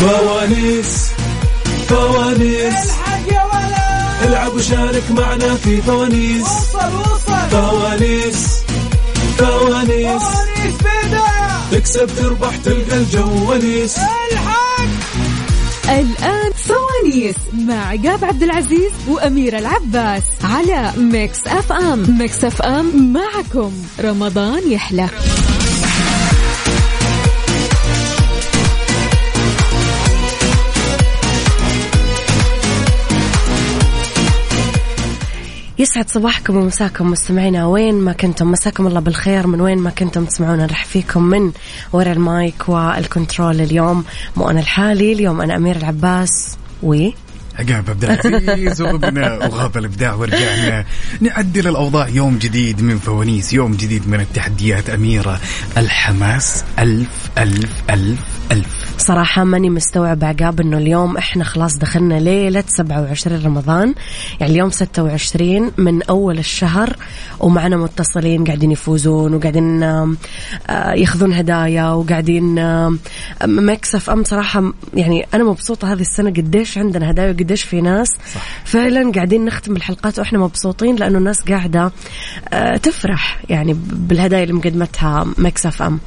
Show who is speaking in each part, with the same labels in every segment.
Speaker 1: فوانيس فوانيس
Speaker 2: الحق يا ولد
Speaker 1: العب وشارك معنا في فوانيس
Speaker 2: وصل وصل
Speaker 1: فوانيس فوانيس
Speaker 2: فوانيس بدا
Speaker 1: تكسب تربح تلقى الجواليس
Speaker 2: الحق
Speaker 3: الآن فوانيس مع عقاب عبد العزيز وأميرة العباس على ميكس أف أم ميكس أف أم معكم رمضان يحلى
Speaker 4: يسعد صباحكم ومساكم مستمعينا وين ما كنتم مساكم الله بالخير من وين ما كنتم تسمعونا نرحب فيكم من ورا المايك والكنترول اليوم مو انا الحالي اليوم انا امير العباس و
Speaker 5: عقاب عبد العزيز وغبنا وغاب الابداع ورجعنا نعدل الاوضاع يوم جديد من فوانيس يوم جديد من التحديات اميره الحماس الف الف الف الف
Speaker 4: صراحة ماني مستوعب عقاب انه اليوم احنا خلاص دخلنا ليلة 27 رمضان يعني اليوم 26 من اول الشهر ومعنا متصلين قاعدين يفوزون وقاعدين آم، آه، ياخذون هدايا وقاعدين آم، مكسف ام صراحة يعني انا مبسوطة هذه السنة قديش عندنا هدايا وقديش في ناس صح. فعلا قاعدين نختم الحلقات واحنا مبسوطين لانه الناس قاعدة آه، تفرح يعني بالهدايا اللي مقدمتها مكسف ام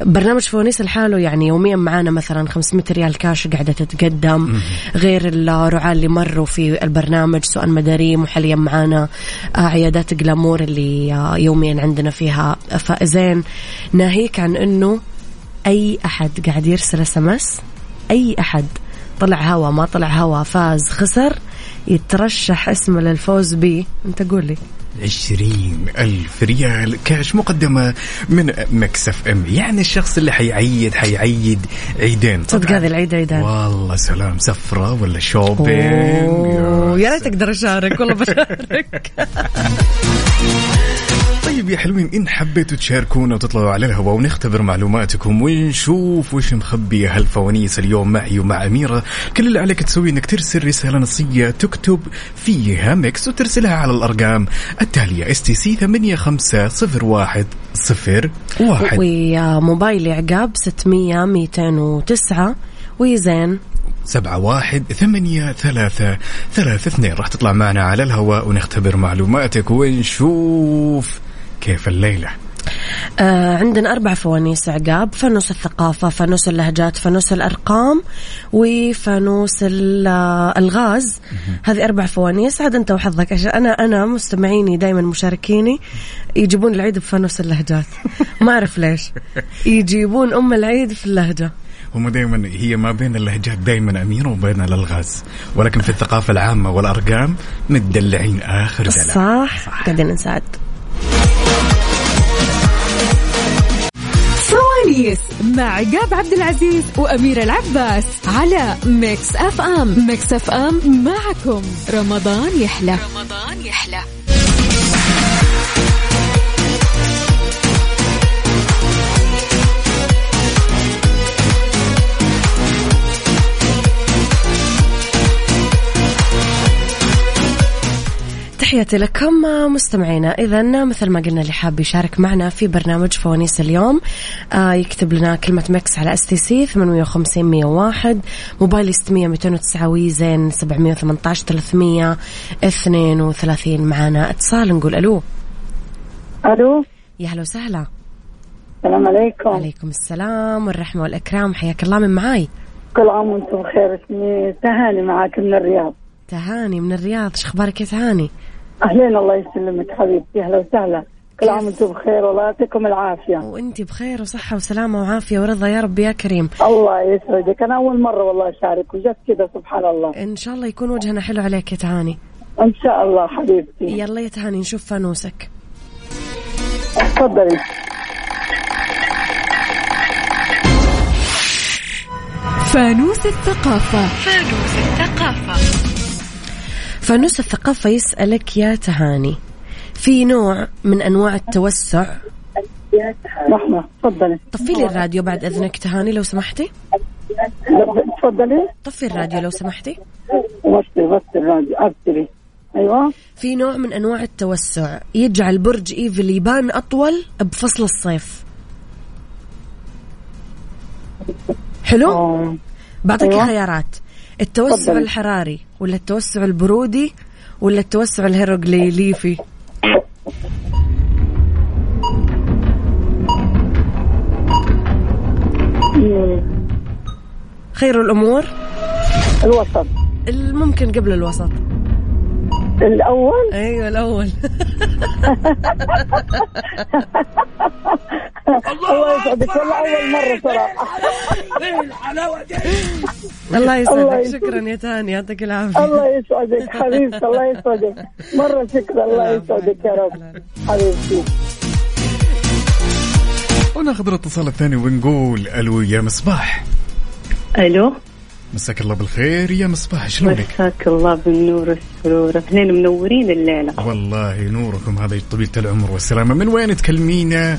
Speaker 4: برنامج فوانيس لحاله يعني يوميا معانا مثلا 500 ريال كاش قاعده تتقدم غير الرعاة اللي مروا في البرنامج سؤال مداريم وحاليا معانا آه، عيادات جلامور اللي آه، يوميا عندنا فيها فائزين ناهيك عن انه اي احد قاعد يرسل اس ام اس اي احد طلع هوا ما طلع هوا فاز خسر يترشح اسمه للفوز به انت قول لي
Speaker 5: عشرين ألف ريال كاش مكدمة من مكسف أم يعني الشخص اللي حيعيد حيعيد عيدين
Speaker 4: صدق
Speaker 5: طبعاً.
Speaker 4: هذه العيد عيدان
Speaker 5: والله سلام سفرة ولا
Speaker 4: أوه،
Speaker 5: شوبينج
Speaker 4: يا ريت اقدر اشارك والله بشارك
Speaker 5: طيب يا حلوين إن حبيتوا تشاركونا وتطلعوا على الهواء ونختبر معلوماتكم ونشوف وش مخبية هالفوانيس اليوم معي ومع أميرة كل اللي عليك تسوي إنك ترسل رسالة نصية تكتب فيها ميكس وترسلها على الأرقام التالية اس تي سي 8501 01
Speaker 4: وموبايلي عقاب 600 209 وزين
Speaker 5: 7 1 8 3 3 2 راح تطلع معنا على الهواء ونختبر معلوماتك ونشوف كيف الليلة
Speaker 4: آه عندنا أربع فوانيس عقاب فانوس الثقافة فانوس اللهجات فانوس الأرقام وفانوس ال- آه، الغاز هذه أربع فوانيس عاد أنت وحظك عشان أنا أنا مستمعيني دائما مشاركيني يجيبون العيد بفانوس اللهجات ما أعرف ليش يجيبون أم العيد في اللهجة
Speaker 5: هم دائما هي ما بين اللهجات دائما أميرة وبين الألغاز ولكن في الثقافة العامة والأرقام متدلعين آخر دلع
Speaker 4: صح قاعدين نساعد
Speaker 3: فوانيس مع عقاب عبد العزيز وأميرة العباس على ميكس أف أم ميكس أف أم معكم رمضان يحلى رمضان يحلى
Speaker 4: تحياتي لكم مستمعينا اذا مثل ما قلنا اللي حاب يشارك معنا في برنامج فوانيس اليوم آه، يكتب لنا كلمه مكس على اس تي سي 58 101 موبايلي 600 209 ويزن 718 332 معنا اتصال نقول الو
Speaker 6: الو
Speaker 4: يا هلا وسهلا
Speaker 6: السلام عليكم
Speaker 4: عليكم السلام والرحمه والاكرام حياك الله من معاي
Speaker 6: كل عام وانتم بخير اسمي تهاني معك من الرياض
Speaker 4: تهاني من الرياض شو اخبارك يا تهاني
Speaker 6: اهلين الله يسلمك حبيبتي اهلا وسهلا كل عام وانتم بخير والله يعطيكم العافيه
Speaker 4: وانت بخير وصحه وسلامه وعافيه ورضا يا رب يا كريم
Speaker 6: الله يسعدك انا اول مره والله اشارك وجت كذا سبحان الله
Speaker 4: ان شاء الله يكون وجهنا حلو عليك يا تهاني
Speaker 6: ان شاء الله حبيبتي
Speaker 4: يلا يا تهاني نشوف فانوسك
Speaker 6: تفضلي
Speaker 3: فانوس الثقافة
Speaker 4: فانوس الثقافة يسألك يا تهاني في نوع من أنواع التوسع
Speaker 6: رحمه تفضلي
Speaker 4: طفي لي الراديو بعد إذنك تهاني لو سمحتي
Speaker 6: لب- تفضلي
Speaker 4: طفي الراديو لو سمحتي
Speaker 6: وصلي وصلي الراديو ابتلي ايوه
Speaker 4: في نوع من أنواع التوسع يجعل برج إيفل يبان أطول بفصل الصيف حلو
Speaker 6: أوه.
Speaker 4: بعطيك
Speaker 6: أيوة.
Speaker 4: خيارات التوسع
Speaker 6: تفضلي.
Speaker 4: الحراري ولا التوسع البرودي ولا التوسع الهيروغليفي
Speaker 6: مم.
Speaker 4: خير الامور
Speaker 6: الوسط
Speaker 4: الممكن قبل الوسط
Speaker 6: الأول
Speaker 4: ايوه الاول
Speaker 6: الله يسعدك والله أول مرة صراحة
Speaker 4: الله
Speaker 6: الله
Speaker 4: يسعدك
Speaker 6: يسعدك.
Speaker 4: شكرا يا تاني يعطيك العافيه
Speaker 6: الله يسعدك حبيبتي الله يسعدك مرة شكرا الله يسعدك يا رب حبيبتي
Speaker 5: وناخذ الاتصال الثاني ونقول الو يا مصباح
Speaker 7: الو
Speaker 5: مساك الله بالخير يا مصباح شلونك؟
Speaker 7: مساك الله بالنور والسرور اهلين منورين الليله
Speaker 5: والله نوركم هذا طويل العمر والسلامه من وين تكلمينا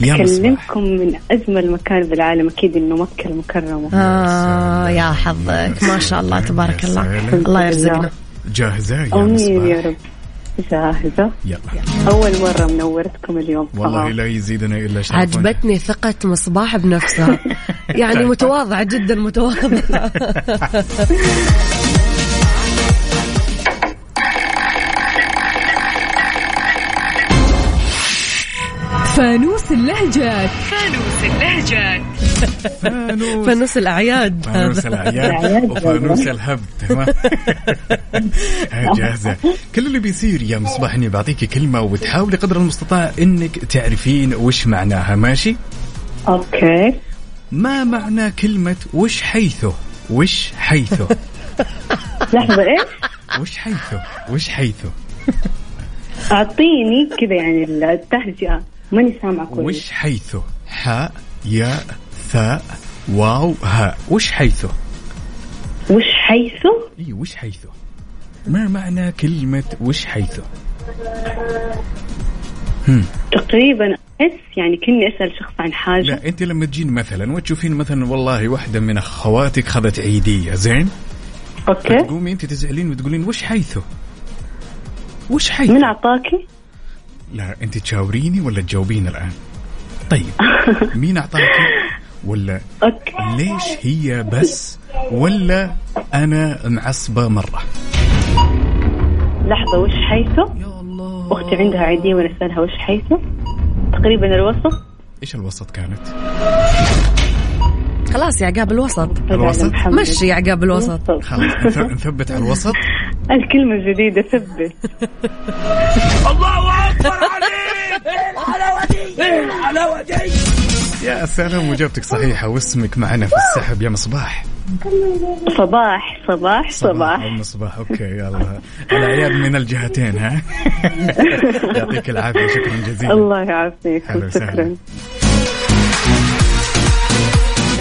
Speaker 5: يا مصباح؟
Speaker 7: اكلمكم من اجمل مكان بالعالم اكيد انه مكه المكرمه
Speaker 4: آه يا حظك ما شاء الله تبارك
Speaker 5: يا
Speaker 4: الله
Speaker 5: سلام.
Speaker 4: الله يرزقنا
Speaker 5: جاهزه يا
Speaker 7: امين يا
Speaker 5: مصباح؟
Speaker 7: رب جاهزه
Speaker 5: يلا
Speaker 7: اول مره منورتكم اليوم آه.
Speaker 5: والله
Speaker 7: صراحة.
Speaker 5: لا يزيدنا الا شرف
Speaker 4: عجبتني ثقة مصباح بنفسها يعني متواضعة جدا متواضعة
Speaker 3: فانوس اللهجات
Speaker 5: فانوس
Speaker 4: فانوس الأعياد
Speaker 5: فانوس
Speaker 4: هذا
Speaker 5: العيال وفانوس الهب تمام هاي جاهزه كل اللي بيصير يا مصباح اني بعطيكي كلمه وتحاولي قدر المستطاع انك تعرفين وش معناها ماشي؟
Speaker 7: اوكي
Speaker 5: ما معنى كلمه وش حيثه؟ وش حيثه؟
Speaker 7: لحظه ايش
Speaker 5: وش حيثه؟ وش حيثه؟
Speaker 7: اعطيني كذا يعني التهجئه ماني سامعه كويس
Speaker 5: وش حيثه؟ حاء ياء ثاء واو هاء وش حيثه؟
Speaker 7: وش حيث
Speaker 5: اي وش حيثه؟ ما معنى كلمه وش حيثه؟
Speaker 7: تقريبا احس يعني كني اسال شخص عن حاجه
Speaker 5: لا انت لما تجين مثلا وتشوفين مثلا والله واحده من اخواتك خذت عيديه زين
Speaker 7: اوكي
Speaker 5: فتقومي انت تزعلين وتقولين وش حيثه وش حيثه
Speaker 7: من اعطاكي
Speaker 5: لا انت تشاوريني ولا تجاوبين الان طيب مين اعطاك ولا
Speaker 7: اوكي
Speaker 5: ليش هي بس ولا انا معصبه مره
Speaker 7: لحظه وش حيث
Speaker 5: يا الله
Speaker 7: اختي عندها عيديه وانا اسالها وش حيث تقريبا الوسط
Speaker 5: ايش الوسط كانت
Speaker 4: خلاص يا عقاب الوسط
Speaker 5: الوسط؟
Speaker 7: محمد.
Speaker 4: مشي يا عقاب الوسط
Speaker 7: الوسط.
Speaker 5: خلاص نث- نثبت على الوسط
Speaker 7: الكلمة الجديدة ثبت
Speaker 5: يا سلام وجابتك صحيحه واسمك معنا في السحب يا مصباح
Speaker 7: صباح صباح صباح
Speaker 5: أم صباح اوكي يلا العيال من الجهتين ها يعطيك العافيه شكرا جزيلا
Speaker 7: الله يعافيك
Speaker 5: أهلا وسهلا.
Speaker 7: شكرا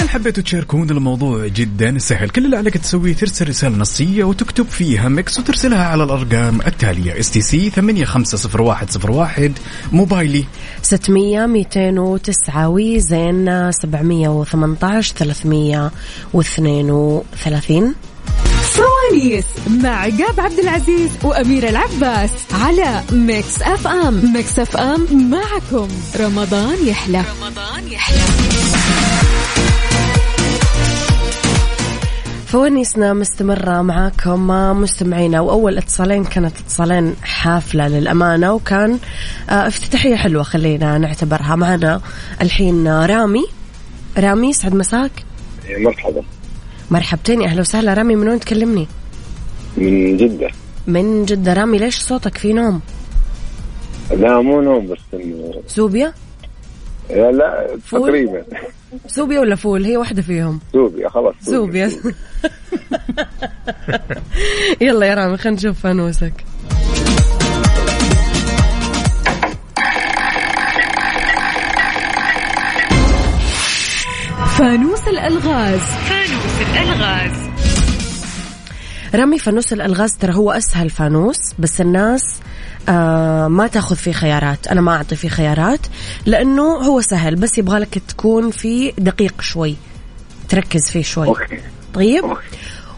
Speaker 5: إن حبيتوا تشاركون الموضوع جدا سهل كل اللي عليك تسويه ترسل رسالة نصية وتكتب فيها مكس وترسلها على الأرقام التالية اس تي سي 850101 موبايلي
Speaker 4: 600 209 وزين 718 332
Speaker 3: سواليس مع عقاب عبد العزيز وأميرة العباس على ميكس أف أم ميكس أف أم معكم رمضان يحلى رمضان يحلى
Speaker 4: فوانيسنا مستمرة معاكم مستمعينا وأول اتصالين كانت اتصالين حافلة للأمانة وكان آه، افتتاحية حلوة خلينا نعتبرها معنا الحين آه، رامي رامي يسعد مساك
Speaker 8: إيه، مرحبا
Speaker 4: مرحبتين يا أهلا وسهلا رامي من وين تكلمني
Speaker 8: من جدة
Speaker 4: من جدة رامي ليش صوتك في نوم
Speaker 8: لا مو نوم بس إنه-
Speaker 4: سوبيا
Speaker 9: إيه،
Speaker 8: لا لا تقريبا
Speaker 4: سوبيا ولا فول هي واحدة فيهم
Speaker 8: زوبيا خلاص
Speaker 4: سوبيا يلا يا رامي خلينا نشوف فانوسك
Speaker 3: فانوس الألغاز
Speaker 4: رمي فانوس الالغاز ترى هو اسهل فانوس بس الناس آه ما تاخذ فيه خيارات انا ما اعطي فيه خيارات لانه هو سهل بس يبغالك تكون فيه دقيق شوي تركز فيه شوي
Speaker 8: اوكي
Speaker 4: طيب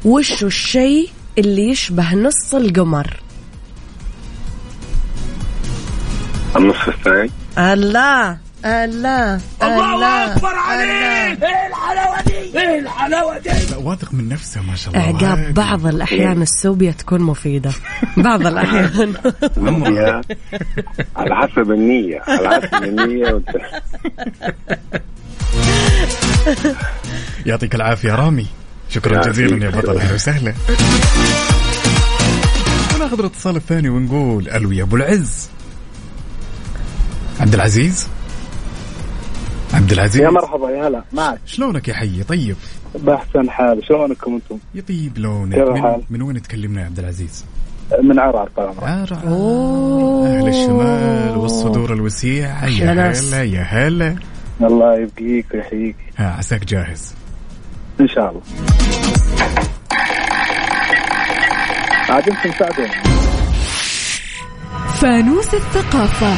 Speaker 4: وش الشيء اللي يشبه نص القمر
Speaker 8: النصف الثاني
Speaker 4: الله الله الله اكبر عليك
Speaker 5: لا، واثق من نفسه ما شاء الله
Speaker 4: اعجاب
Speaker 5: عادي.
Speaker 4: بعض الاحيان السوبيا تكون مفيده بعض الاحيان
Speaker 8: يا على حسب النية على حسب النية والت-
Speaker 5: يعطيك العافيه رامي شكرا
Speaker 8: يعافيك.
Speaker 5: جزيلا يا بطل اهلا وسهلا وناخذ الاتصال الثاني ونقول الو يا ابو العز عبد العزيز عبد العزيز
Speaker 9: يا مرحبا يا هلا معك
Speaker 5: شلونك يا حي طيب
Speaker 9: بأحسن حال شلونكم انتم؟
Speaker 5: يطيب لونك
Speaker 9: كيف
Speaker 5: من,
Speaker 9: الحال؟
Speaker 5: من وين تكلمنا يا عبد العزيز
Speaker 9: من عرعر طال عمرك
Speaker 5: عار عار. اهل الشمال والصدور الوسيعه يا
Speaker 4: أحلى ناس.
Speaker 5: هلا يا هلا
Speaker 9: الله يبقيك ويحييك
Speaker 5: ها عساك جاهز
Speaker 9: ان شاء الله عاد انتم ساعدوني
Speaker 3: فانوس الثقافة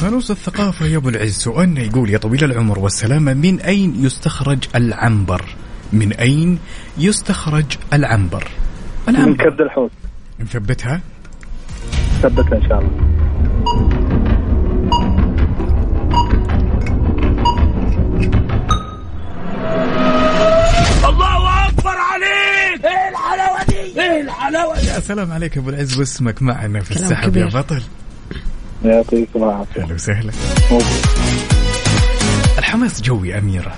Speaker 5: فانوس الثقافة يا أبو العز سؤالنا يقول يا طويل العمر والسلامة من أين يستخرج العنبر؟ من أين يستخرج العنبر؟
Speaker 9: من
Speaker 5: العنبر
Speaker 9: كبد الحوت
Speaker 5: نثبتها
Speaker 9: ثبتها ان شاء الله
Speaker 5: يا سلام عليك يا أبو العز واسمك معنا في
Speaker 4: كلام
Speaker 5: السحب يا
Speaker 4: كبير.
Speaker 5: بطل
Speaker 9: يعطيكم العافيه
Speaker 5: أهلا وسهلا الحماس جوي أميرة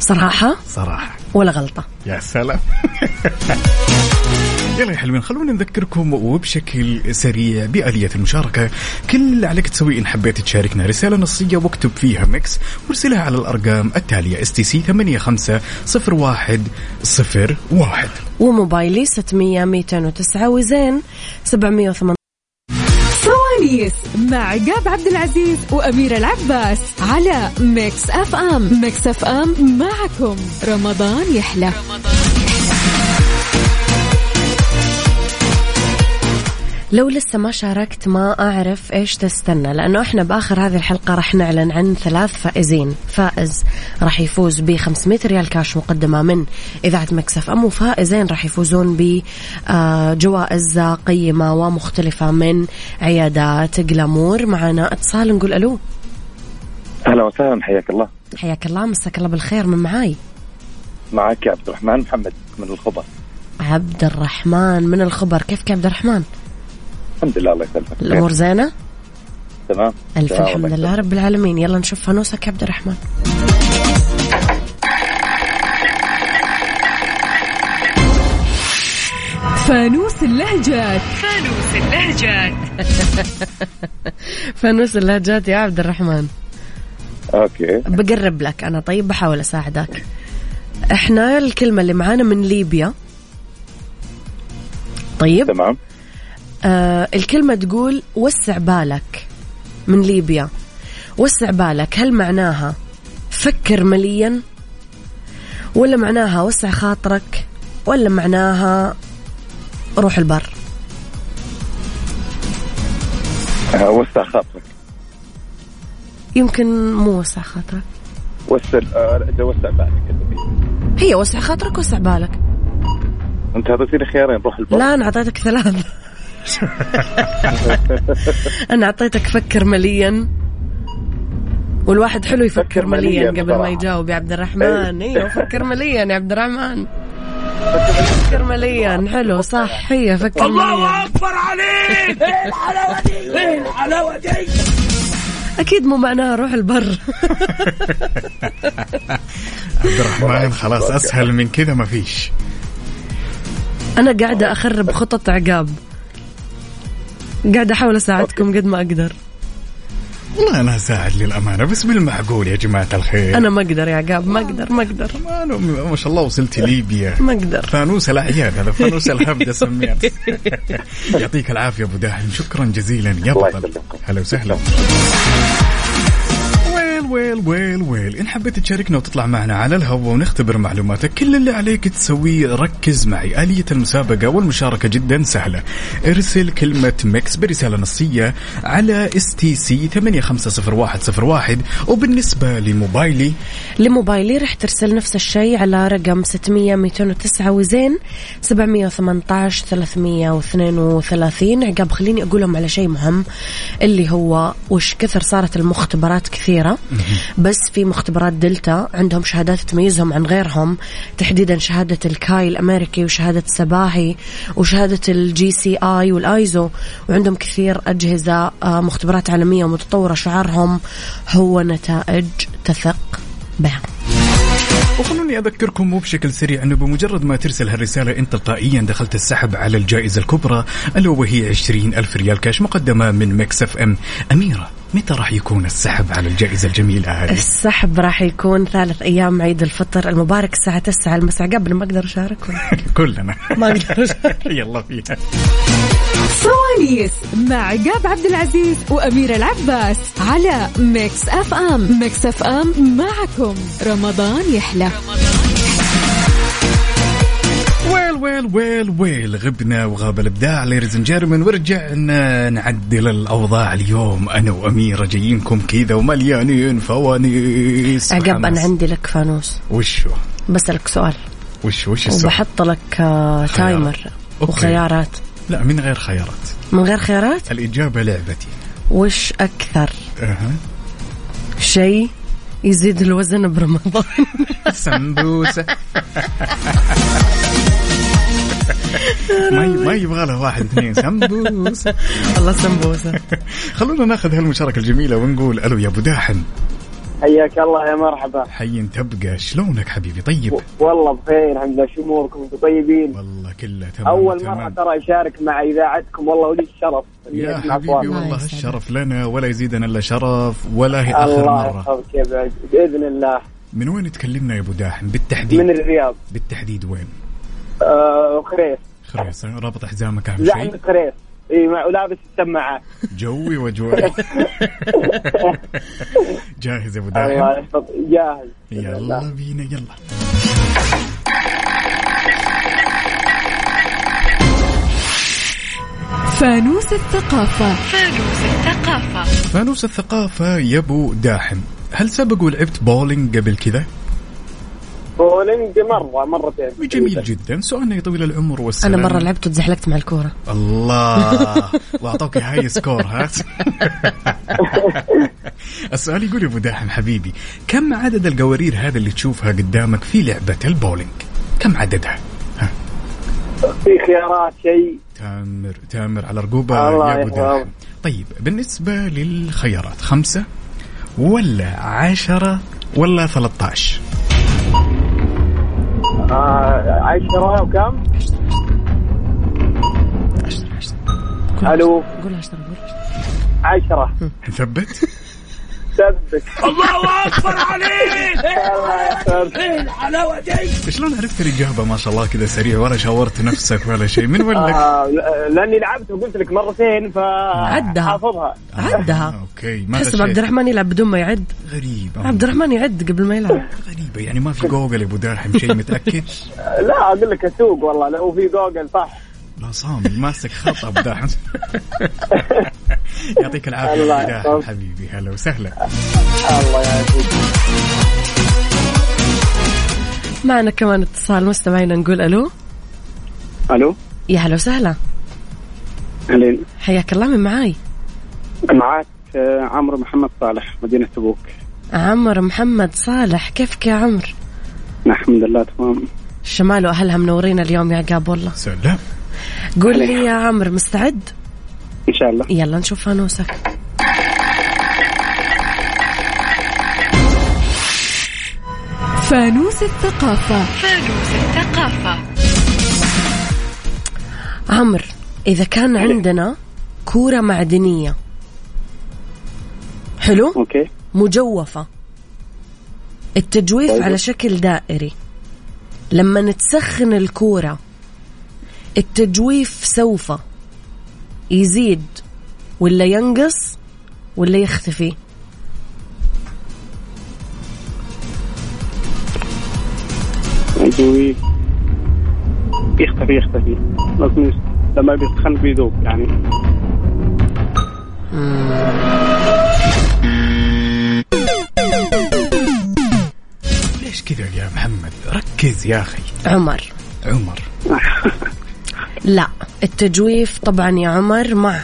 Speaker 4: صراحه
Speaker 5: صراحة
Speaker 4: ولا غلطه
Speaker 5: يا سلام يلا يا حلوين خلونا نذكركم وبشكل سريع بآلية المشاركة كل اللي عليك تسوي إن حبيت تشاركنا رسالة نصية واكتب فيها ميكس وارسلها على الأرقام التالية اس تي سي 850101
Speaker 4: وموبايلي 600 209 وزين 718
Speaker 3: سواليس مع عقاب عبد العزيز وأميرة العباس على ميكس أف أم ميكس أف أم معكم رمضان يحلى
Speaker 4: لو لسه ما شاركت ما أعرف إيش تستنى لأنه إحنا بآخر هذه الحلقة راح نعلن عن ثلاث فائزين فائز راح يفوز ب 500 ريال كاش مقدمة من إذاعة مكسف أم وفائزين راح يفوزون ب آه، جوائز قيمة ومختلفة من عيادات جلامور معنا اتصال نقول ألو
Speaker 9: اهلا وسهلا حياك الله
Speaker 4: حياك الله مساك الله بالخير من معاي
Speaker 9: معك يا عبد الرحمن محمد من الخبر
Speaker 4: عبد الرحمن من الخبر كيفك يا عبد الرحمن
Speaker 9: الحمد لله الله يسلمك
Speaker 4: الأمور زينة
Speaker 9: تمام
Speaker 4: ألف
Speaker 9: تمام،
Speaker 4: الحمد
Speaker 9: الله
Speaker 4: لله رب العالمين يلا نشوف فانوسك يا عبد الرحمن
Speaker 3: فانوس اللهجات
Speaker 4: فانوس اللهجات يا عبد الرحمن
Speaker 9: يسلمك. اوكي
Speaker 4: بقرب لك انا طيب بحاول اساعدك احنا الكلمه اللي معانا من ليبيا طيب
Speaker 9: تمام
Speaker 4: آه الكلمه تقول وسع بالك من ليبيا وسع بالك هل معناها فكر مليا ولا معناها وسع خاطرك ولا معناها روح البر
Speaker 9: آه، وسع خاطرك
Speaker 4: يمكن مو وسع خاطرك
Speaker 9: وسع آه، لا، وسع بالك
Speaker 4: هي وسع خاطرك وسع بالك
Speaker 9: انت اعطيتني خيارين روح البر
Speaker 4: لا انا اعطيتك ثلاث انا اعطيتك فكر مليا والواحد حلو يفكر
Speaker 9: فكر
Speaker 4: مليا
Speaker 9: ملياً إيه.
Speaker 4: قبل ما
Speaker 9: بصراحة.
Speaker 4: يجاوب يا عبد الرحمن ايوه فكر مليا يا عبد الرحمن فكر مليا حلو صح هي فكر مليا اكيد مو معناها روح البر
Speaker 5: عبد الرحمن خلاص أسهل من كذا ما فيش
Speaker 4: انا قاعده اخرب خطط عقاب قاعده احاول اساعدكم قد ما اقدر
Speaker 5: والله أنا ساعد للأمانة بس بالمعقول يا جماعة الخير
Speaker 4: انا ما اقدر يا عقاب ما اقدر ما اقدر
Speaker 5: أنا ما شاء الله وصلت ليبيا
Speaker 4: ما اقدر
Speaker 5: فانوس الاعياد هذا فانوس الهبده سميت يعطيك العافيه ابو داحم شكرا جزيلا يا
Speaker 9: الله
Speaker 5: بطل
Speaker 9: يسلمك.
Speaker 5: هلا وسهلا ويل ويل ويل ويل إن حبيت تشاركنا وتطلع معنا على الهواء ونختبر معلوماتك كل اللي عليك تسويه ركز معي آلية المسابقة والمشاركة جدا سهلة ارسل كلمة ميكس برسالة نصية على اس تي سي 850101 وبالنسبة لموبايلي
Speaker 4: لموبايلي رح ترسل نفس الشيء على رقم 600 209 وزين 718 332 عقاب خليني أقولهم على شيء مهم اللي هو وش كثر صارت المختبرات كثيرة بس في مختبرات دلتا عندهم شهادات تميزهم عن غيرهم تحديدا شهادة الكاي الأمريكي وشهادة سباهي وشهادة الجي سي آي والآيزو وعندهم كثير أجهزة آه، مختبرات عالمية ومتطورة شعارهم هو نتائج تثق بها
Speaker 5: وخلوني أذكركم مو بشكل سريع أنه بمجرد ما ترسل هالرسالة أنت تلقائيا دخلت السحب على الجائزة الكبرى ألا وهي 20 ألف ريال كاش مقدمة من ميكس اف ام أميرة متى راح يكون السحب على الجائزة الجميلة هذه؟
Speaker 4: السحب راح يكون ثالث أيام عيد الفطر المبارك الساعة 9 المساء قبل ما أقدر أشارككم
Speaker 5: كلنا
Speaker 4: ما أقدر
Speaker 5: يلا فيها
Speaker 3: سواليس مع عقاب عبد العزيز وأميرة العباس على ميكس أف أم ميكس أف أم معكم رمضان يحلى
Speaker 5: ويل ويل ويل ويل غبنا وغاب الابداع ليرز جيرمن ورجعنا نعدل الاوضاع اليوم انا واميره جايينكم كذا ومليانين فوانيس
Speaker 4: عقب أنا
Speaker 5: وحماس.
Speaker 4: عندي لك فانوس
Speaker 5: وشو
Speaker 4: بسألك سؤال
Speaker 5: وش وش السؤال؟
Speaker 4: وبحط لك آه،
Speaker 5: خيارات.
Speaker 4: تايمر
Speaker 5: أوكي.
Speaker 4: وخيارات
Speaker 5: لا من غير خيارات
Speaker 4: من غير خيارات
Speaker 5: الاجابه لعبتي
Speaker 4: وش أكثر
Speaker 5: أها.
Speaker 4: شيء يزيد الوزن برمضان
Speaker 5: سمبوسه ما ي- ما يبغى لها واحد اثنين سمبوسه
Speaker 4: والله سمبوسة
Speaker 5: خلونا ناخذ هالمشاركه الجميله ونقول الو يا ابو داحم
Speaker 10: حياك الله يا مرحبا
Speaker 5: حي تبقى شلونك حبيبي طيب
Speaker 10: والله بخير الحمد لله شو اموركم انتم طيبين
Speaker 5: والله كله تمام
Speaker 10: اول
Speaker 5: تمام.
Speaker 10: مره ترى اشارك مع اذاعتكم والله ولي الشرف إني
Speaker 5: يا
Speaker 10: أسمع
Speaker 5: حبيبي
Speaker 10: أخوانكم.
Speaker 5: والله
Speaker 4: يسعدك.
Speaker 5: الشرف لنا ولا يزيدنا الا شرف ولا هي اخر
Speaker 10: الله
Speaker 5: مره
Speaker 10: يحفظك يا بعد باذن الله
Speaker 5: من وين تكلمنا يا ابو داحم بالتحديد
Speaker 10: من الرياض
Speaker 5: بالتحديد وين
Speaker 10: آه خريف
Speaker 5: خلاص رابط حزامك اهم
Speaker 10: زعم
Speaker 5: شيء
Speaker 10: خريف اي مع ولابس السماعات
Speaker 5: جوي وجوي جاهز يا ابو
Speaker 4: آه.
Speaker 10: الله
Speaker 5: داحم
Speaker 10: يحفظك جاهز بإذن
Speaker 5: يلا
Speaker 10: الله.
Speaker 5: بينا يلا
Speaker 3: فانوس الثقافة
Speaker 5: فانوس الثقافه يا ابو داحم هل سبق ولعبت بولينج قبل كذا؟
Speaker 10: بولينج مره مرتين
Speaker 5: جميل
Speaker 9: إيه.
Speaker 5: جدا سؤالنا يا طويل العمر والسلام
Speaker 4: أنا مرة لعبت وتزحلقت مع الكورة
Speaker 5: الله واعطوك هاي سكور ها السؤال يقول يا ابو داحم حبيبي كم عدد القوارير هذا اللي تشوفها قدامك في لعبه البولينج كم عددها ها
Speaker 10: في خيارات شيء
Speaker 5: تامر تامر على رقوبه
Speaker 10: الله
Speaker 5: يا ابو داحم
Speaker 10: يحفظك.
Speaker 5: طيب بالنسبه للخيارات خمسه ولا عشرة ولا 13
Speaker 10: آه عشرة وكم؟ ألو
Speaker 4: قول عشرة قول عشرة.
Speaker 10: عشرة
Speaker 5: نثبت
Speaker 10: ثبت الله أكبر عليك الله يحفظك
Speaker 5: شلون عرفت الاجابه ما شاء الله كذا سريع ولا شاورت نفسك ولا شيء من ولا
Speaker 10: آه ل- لاني لعبت وقلت لك مرتين
Speaker 4: عدها.
Speaker 10: فحافظها
Speaker 5: آه،
Speaker 4: عدها
Speaker 5: اوكي ما
Speaker 4: تحسب عبد الرحمن يلعب بدون ما يعد
Speaker 5: غريب آه.
Speaker 4: عبد الرحمن يعد قبل ما يلعب
Speaker 5: غريبة يعني ما في جوجل يا ابو داحم شيء متأكد
Speaker 10: لا اقول لك اسوق والله لو في جوجل صح
Speaker 5: لا صامي ماسك خط ابو داحم يعطيك العافية يا
Speaker 10: الله
Speaker 5: ابو داحم
Speaker 10: يحفظك.
Speaker 5: حبيبي هلا وسهلا
Speaker 10: الله يعافيك
Speaker 4: معنا كمان اتصال مستمعينا نقول ألو
Speaker 9: الو
Speaker 4: يا هلا وسهلا
Speaker 9: اهلين
Speaker 4: حياك الله من معاي
Speaker 9: معك آه، عمرو محمد صالح مدينه تبوك
Speaker 4: عمر محمد صالح كيفك يا عمر
Speaker 9: نعم، الحمد لله تمام
Speaker 4: الشمال وأهلها منورين اليوم يا عقاب والله
Speaker 5: سلام
Speaker 4: قول لي يا عمر مستعد
Speaker 9: ان شاء الله
Speaker 4: يلا نشوف فانوسك
Speaker 3: فانوس الثقافة
Speaker 4: عمر إذا كان عندنا كورة معدنية حلو
Speaker 9: اوكي
Speaker 4: مجوفة التجويف
Speaker 9: طيب.
Speaker 4: على شكل دائري لما نتسخن الكورة التجويف سوف يزيد ولا ينقص ولا يختفي
Speaker 9: يسوي يختفي يختفي لازم يس- لما بيتخنق بيذوب يعني
Speaker 5: ليش كذا يا محمد ركز يا اخي
Speaker 4: عمر
Speaker 5: عمر
Speaker 4: لا التجويف طبعا يا عمر مع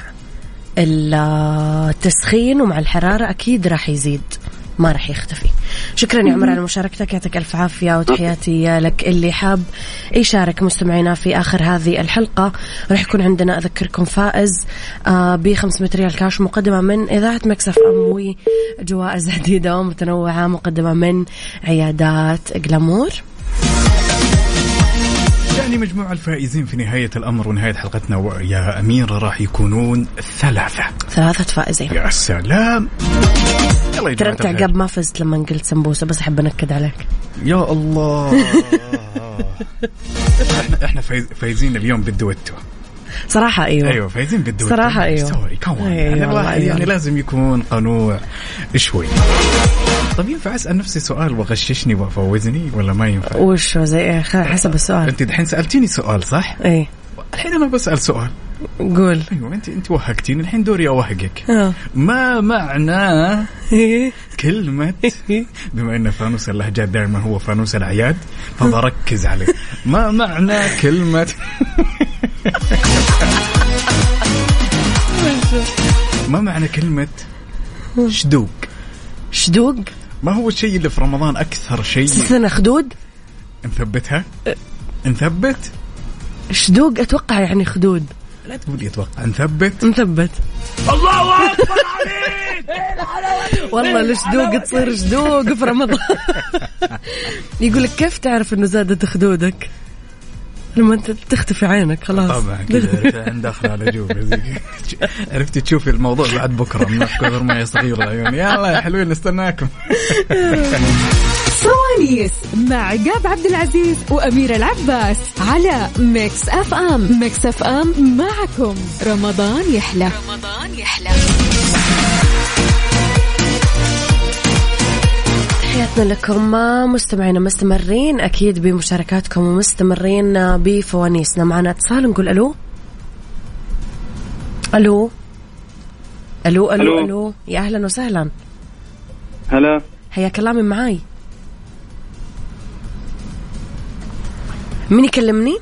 Speaker 4: التسخين ومع الحرارة أكيد راح يزيد ما راح يختفي شكرا يا عمر على مشاركتك يعطيك ألف عافية وتحياتي لك اللي حاب يشارك مستمعينا في آخر هذه الحلقة راح يكون عندنا أذكركم فائز آه، ب 500 ريال كاش مقدمة من إذاعة مكسف أموي جوائز عديدة ومتنوعة مقدمة من عيادات جلامور
Speaker 5: يعني مجموع الفائزين في نهاية الأمر ونهاية حلقتنا و- يا أميرة راح يكونون ثلاثة
Speaker 4: ثلاثة فائزين
Speaker 5: يا سلام يلا
Speaker 4: ترى
Speaker 5: يا جماعة
Speaker 4: انت
Speaker 5: الخير.
Speaker 4: عقاب ما فزت لما قلت سمبوسه بس احب انكد عليك
Speaker 5: يا الله احنا احنا فايز- فايزين اليوم بالدويتو
Speaker 4: صراحه ايوه,
Speaker 5: ايوه فايزين بالدويتو
Speaker 4: صراحة أيوة.
Speaker 5: سوري كمان
Speaker 4: أيوة
Speaker 5: يعني
Speaker 4: والله
Speaker 5: الواحد يعني
Speaker 4: أيوة.
Speaker 5: لازم يكون قنوع شوي طب ينفع اسال نفسي سؤال واغششني وافوزني ولا ما ينفع؟
Speaker 4: وش هو زي ايه خ- حسب السؤال
Speaker 5: انت دحين سالتيني سؤال صح؟
Speaker 4: اي
Speaker 5: الحين انا بسال سؤال
Speaker 4: قول
Speaker 5: ايوه انت انت وهقتيني الحين دوري اوهقك
Speaker 4: آه.
Speaker 5: ما معنى كلمة بما ان فانوس اللهجات دائما هو فانوس الاعياد فبركز عليه ما معنى كلمة ما معنى كلمة شدوق
Speaker 4: شدوق
Speaker 5: ما هو الشيء اللي في رمضان اكثر شيء
Speaker 4: استنى خدود
Speaker 5: نثبتها نثبت
Speaker 4: شدوق اتوقع يعني خدود
Speaker 5: لا تقول يتوقع نثبت
Speaker 4: مثبت الله اكبر والله الشدوق تصير شدوق في رمضان يقول لك كيف تعرف انه زادت خدودك؟ لما انت تختفي عينك خلاص
Speaker 5: طبعا كذا عند داخل على جوفي زي كذا. عرفتي تشوفي الموضوع بعد بكره من كثر ما هي صغيره عيوني يعني. يلا يا حلوين نستناكم
Speaker 3: سواليس مع عقاب عبد العزيز وأميرة العباس على ميكس أف أم ميكس أف أم معكم رمضان يحلى رمضان يحلى
Speaker 4: تحياتنا لكم مستمعينا مستمرين اكيد بمشاركاتكم ومستمرين بفوانيسنا معنا اتصال نقول الو الو الو الو
Speaker 9: ألو.
Speaker 4: الو يا اهلا وسهلا
Speaker 9: هلا
Speaker 4: هيا كلامي معاي مين يكلمني؟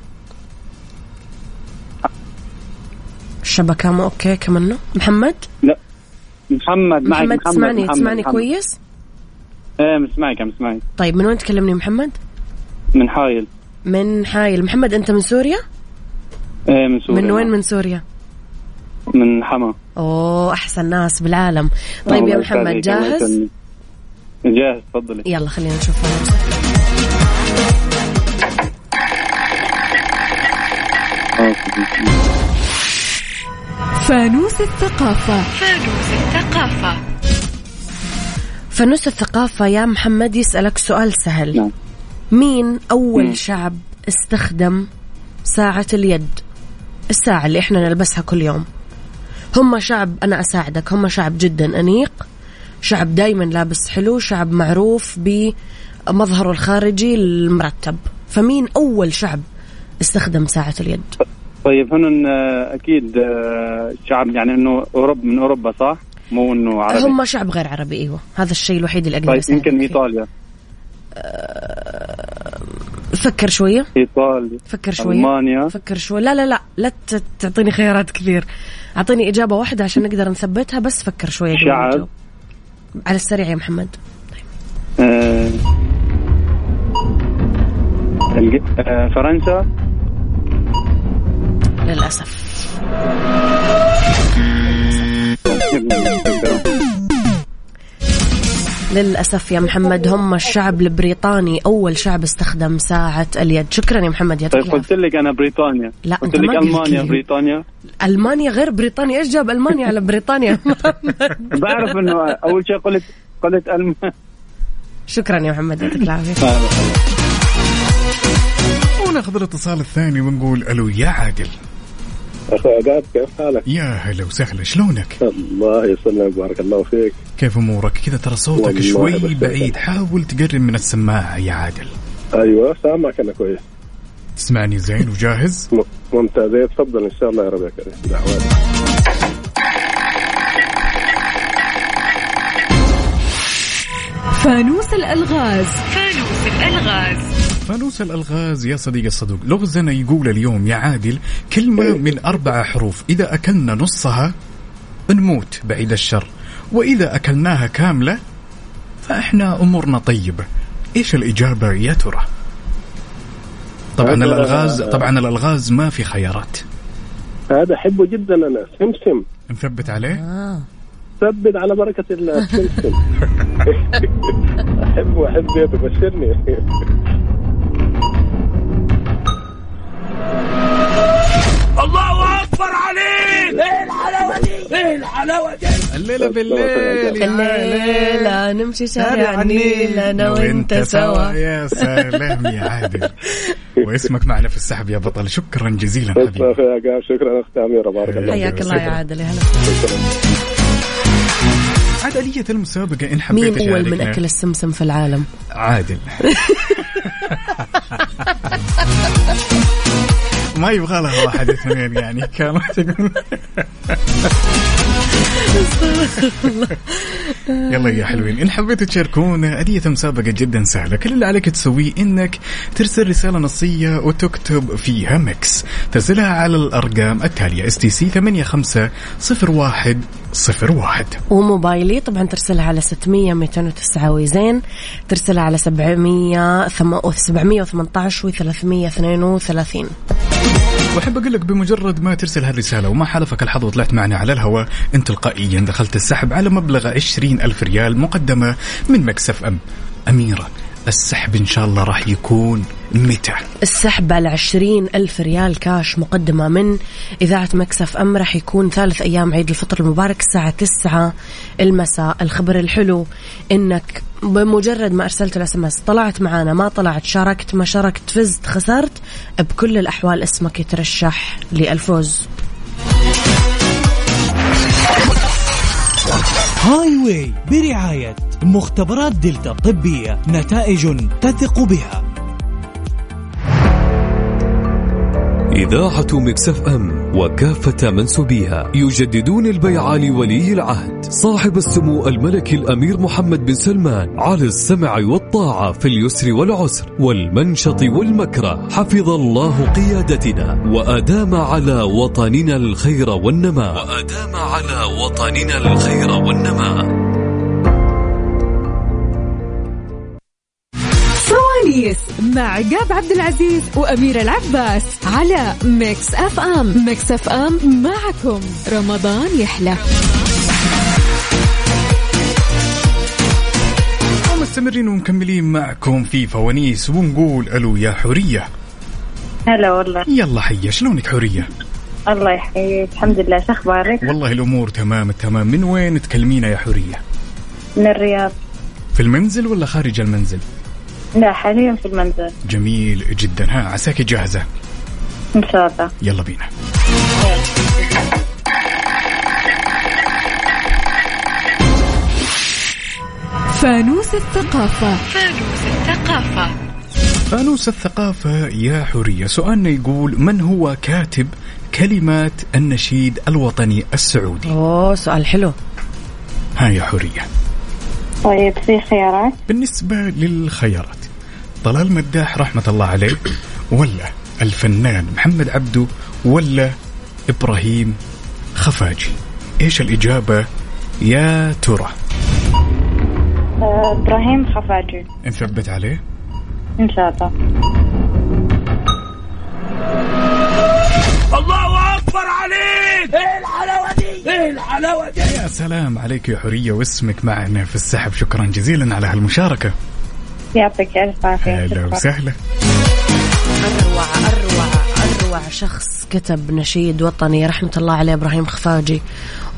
Speaker 4: الشبكة مو اوكي كمان محمد
Speaker 9: محمد معك
Speaker 4: محمد
Speaker 9: محمد
Speaker 4: تسمعني
Speaker 9: محمد،
Speaker 4: تسمعني
Speaker 9: محمد.
Speaker 4: كويس؟
Speaker 9: ايه مسمعك عم اسمعك
Speaker 4: طيب من وين تكلمني محمد؟
Speaker 9: من حايل
Speaker 4: من حايل محمد انت من سوريا؟
Speaker 9: ايه من سوريا
Speaker 4: من وين من سوريا؟
Speaker 9: من حما
Speaker 4: اوه احسن ناس بالعالم طيب
Speaker 9: الله
Speaker 4: يا محمد
Speaker 9: يسعدك، الله
Speaker 4: جاهز
Speaker 9: يسلمك. جاهز تفضلي
Speaker 4: يلا خلينا نشوف
Speaker 3: فانوس الثقافة
Speaker 4: فانوس الثقافة يا محمد يسألك سؤال سهل
Speaker 9: نعم.
Speaker 4: مين أول
Speaker 9: مم.
Speaker 4: شعب استخدم ساعة اليد الساعة اللي احنا نلبسها كل يوم هم شعب أنا أساعدك هم شعب جدا أنيق شعب دايما لابس حلو شعب معروف بمظهره الخارجي المرتب فمين أول شعب استخدم ساعة اليد
Speaker 9: طيب هن آه، اكيد آه، الشعب يعني انه اوروب من اوروبا صح؟ مو انه عربي
Speaker 4: هم شعب غير عربي ايوه هذا الشيء الوحيد اللي اقدر
Speaker 9: طيب
Speaker 4: أساعدك
Speaker 9: يمكن
Speaker 4: فيه.
Speaker 9: ايطاليا
Speaker 4: فكر شويه
Speaker 9: ايطاليا
Speaker 4: فكر شويه
Speaker 9: المانيا
Speaker 4: فكر شوي لا لا لا لا ت- تعطيني خيارات كثير اعطيني اجابه واحده عشان نقدر نثبتها بس فكر شوي قبل ما
Speaker 9: شعب.
Speaker 4: نجاوب. على السريع يا محمد
Speaker 9: آه، الج- آه، فرنسا
Speaker 4: للاسف للاسف يا محمد هم الشعب البريطاني اول شعب استخدم ساعه اليد شكرا يا محمد يعطيك
Speaker 9: طيب قلت
Speaker 4: العافيه
Speaker 9: لك انا بريطانيا
Speaker 4: لا،
Speaker 9: قلت
Speaker 4: أنت
Speaker 9: لك
Speaker 4: ما قلت
Speaker 9: المانيا
Speaker 4: لي.
Speaker 9: بريطانيا
Speaker 4: المانيا غير بريطانيا ايش جاب المانيا على بريطانيا يا محمد
Speaker 9: بعرف انه اول شيء قلت قلت المانيا
Speaker 4: شكرا يا محمد يعطيك العافيه
Speaker 5: وناخذ الاتصال الثاني ونقول الو يا عادل
Speaker 8: اخو عقاب كيف حالك؟
Speaker 5: يا هلا وسهلا شلونك؟
Speaker 8: الله يسلمك بارك الله فيك
Speaker 5: كيف امورك؟ كذا ترى صوتك
Speaker 8: والله
Speaker 5: شوي
Speaker 8: بخير.
Speaker 5: بعيد حاول تقرب من السماعه يا عادل
Speaker 8: ايوه سامعك انا كويس
Speaker 5: تسمعني زين وجاهز
Speaker 8: م- ممتاز إيه، تفضل ان شاء الله يا ربيع كريم دعواتك
Speaker 3: فانوس الألغاز
Speaker 5: فانوس الالغاز يا صديقي الصدوق لغزنا يقول اليوم يا عادل كلمه من اربع حروف اذا اكلنا نصها نموت بعيد الشر واذا اكلناها كامله فاحنا امورنا طيبه ايش الاجابه يا ترى طبعا
Speaker 8: هذا-
Speaker 5: الالغاز طبعا الالغاز ما في خيارات
Speaker 8: هذا احبه جدا انا سمسم
Speaker 5: نثبت عليه
Speaker 4: آه.
Speaker 8: ثبت على بركه الله سمسم احبه احب بيته بشرني
Speaker 5: الليله بالليل يا عادل.
Speaker 4: الليلة نمشي شارع
Speaker 5: يعني
Speaker 4: النيل أنا وأنت يعني سوا
Speaker 5: يا سلام يا عادل واسمك معنا في السحب يا بطل شكرا جزيلا حبيبي
Speaker 8: تسلم يا قام شكرا اخت اميره بارك الله فيك.
Speaker 4: حياك الله يا عادل يا هلا
Speaker 5: عاد آلية المسابقة إن حبيت
Speaker 4: مين أول من
Speaker 5: أشاركنا.
Speaker 4: أكل السمسم في العالم؟
Speaker 5: عادل ما يبغى لها واحد اثنين يعني كانت تقول يلا يا حلوين ان حبيتوا تشاركونا هدية مسابقة جدا سهلة كل اللي عليك تسويه انك ترسل رسالة نصية وتكتب فيها مكس ترسلها على الارقام التالية اس تي سي 850101
Speaker 4: وموبايلي طبعا ترسلها على 600 209 وزين ترسلها على 700 718 و332
Speaker 5: واحب اقول لك بمجرد ما ترسل هالرساله وما حالفك الحظ وطلعت معنا على الهواء انت تلقائيا دخلت السحب على مبلغ 20 الف ريال مقدمه من مكسف ام اميره السحب ان شاء الله راح يكون متى
Speaker 4: السحب على 20 ألف ريال كاش مقدمة من إذاعة مكسف أم راح يكون ثالث أيام عيد الفطر المبارك الساعة 9 المساء الخبر الحلو إنك بمجرد ما أرسلت الاس ام اس طلعت معانا ما طلعت شاركت ما شاركت فزت خسرت بكل الأحوال اسمك يترشح للفوز
Speaker 1: هاي واي برعاية مختبرات دلتا الطبية نتائج تثق بها
Speaker 11: إذاعة مكسف أم وكافة منسوبيها يجددون البيعة لولي العهد صاحب السمو الملكي الأمير محمد بن سلمان على السمع والطاعة في اليسر والعسر والمنشط والمكره حفظ الله قيادتنا وأدام على وطننا الخير والنماء وأدام على وطننا الخير والنماء
Speaker 3: سواليس مع عقاب عبد العزيز وأميرة العباس على ميكس أف أم ميكس أف أم معكم رمضان يحلى
Speaker 5: ومستمرين ومكملين معكم في فوانيس ونقول الو يا حوريه
Speaker 7: هلا والله
Speaker 5: يلا حيه شلونك حوريه
Speaker 7: الله يحييك الحمد لله شو اخبارك؟
Speaker 5: والله الامور تمام التمام من وين تكلمينا يا حوريه
Speaker 7: من الرياض
Speaker 5: في المنزل ولا خارج المنزل
Speaker 7: لا حاليا في المنزل
Speaker 5: جميل جدا ها عساك جاهزه
Speaker 7: ان شاء الله
Speaker 5: يلا بينا
Speaker 3: فانوس الثقافة
Speaker 5: فانوس الثقافة يا حورية سؤالنا يقول من هو كاتب كلمات النشيد الوطني السعودي
Speaker 4: أوه سؤال حلو
Speaker 5: ها يا حورية
Speaker 7: طيب في خيارات
Speaker 5: بالنسبة للخيارات طلال مداح رحمة الله عليه ولا الفنان محمد عبده ولا إبراهيم خفاجي إيش الإجابة يا ترى
Speaker 7: آه، ابراهيم خفاجي
Speaker 5: نثبت عليه
Speaker 7: ان شاء الله
Speaker 5: يا سلام عليك يا حورية واسمك معنا في السحب شكرا جزيلا على هالمشاركة
Speaker 7: يعطيك الف عافيه
Speaker 5: أهلا
Speaker 7: شكراً.
Speaker 5: وسهلا
Speaker 4: أروع أروع أروع شخص كتب نشيد وطني رحمة الله عليه إبراهيم خفاجي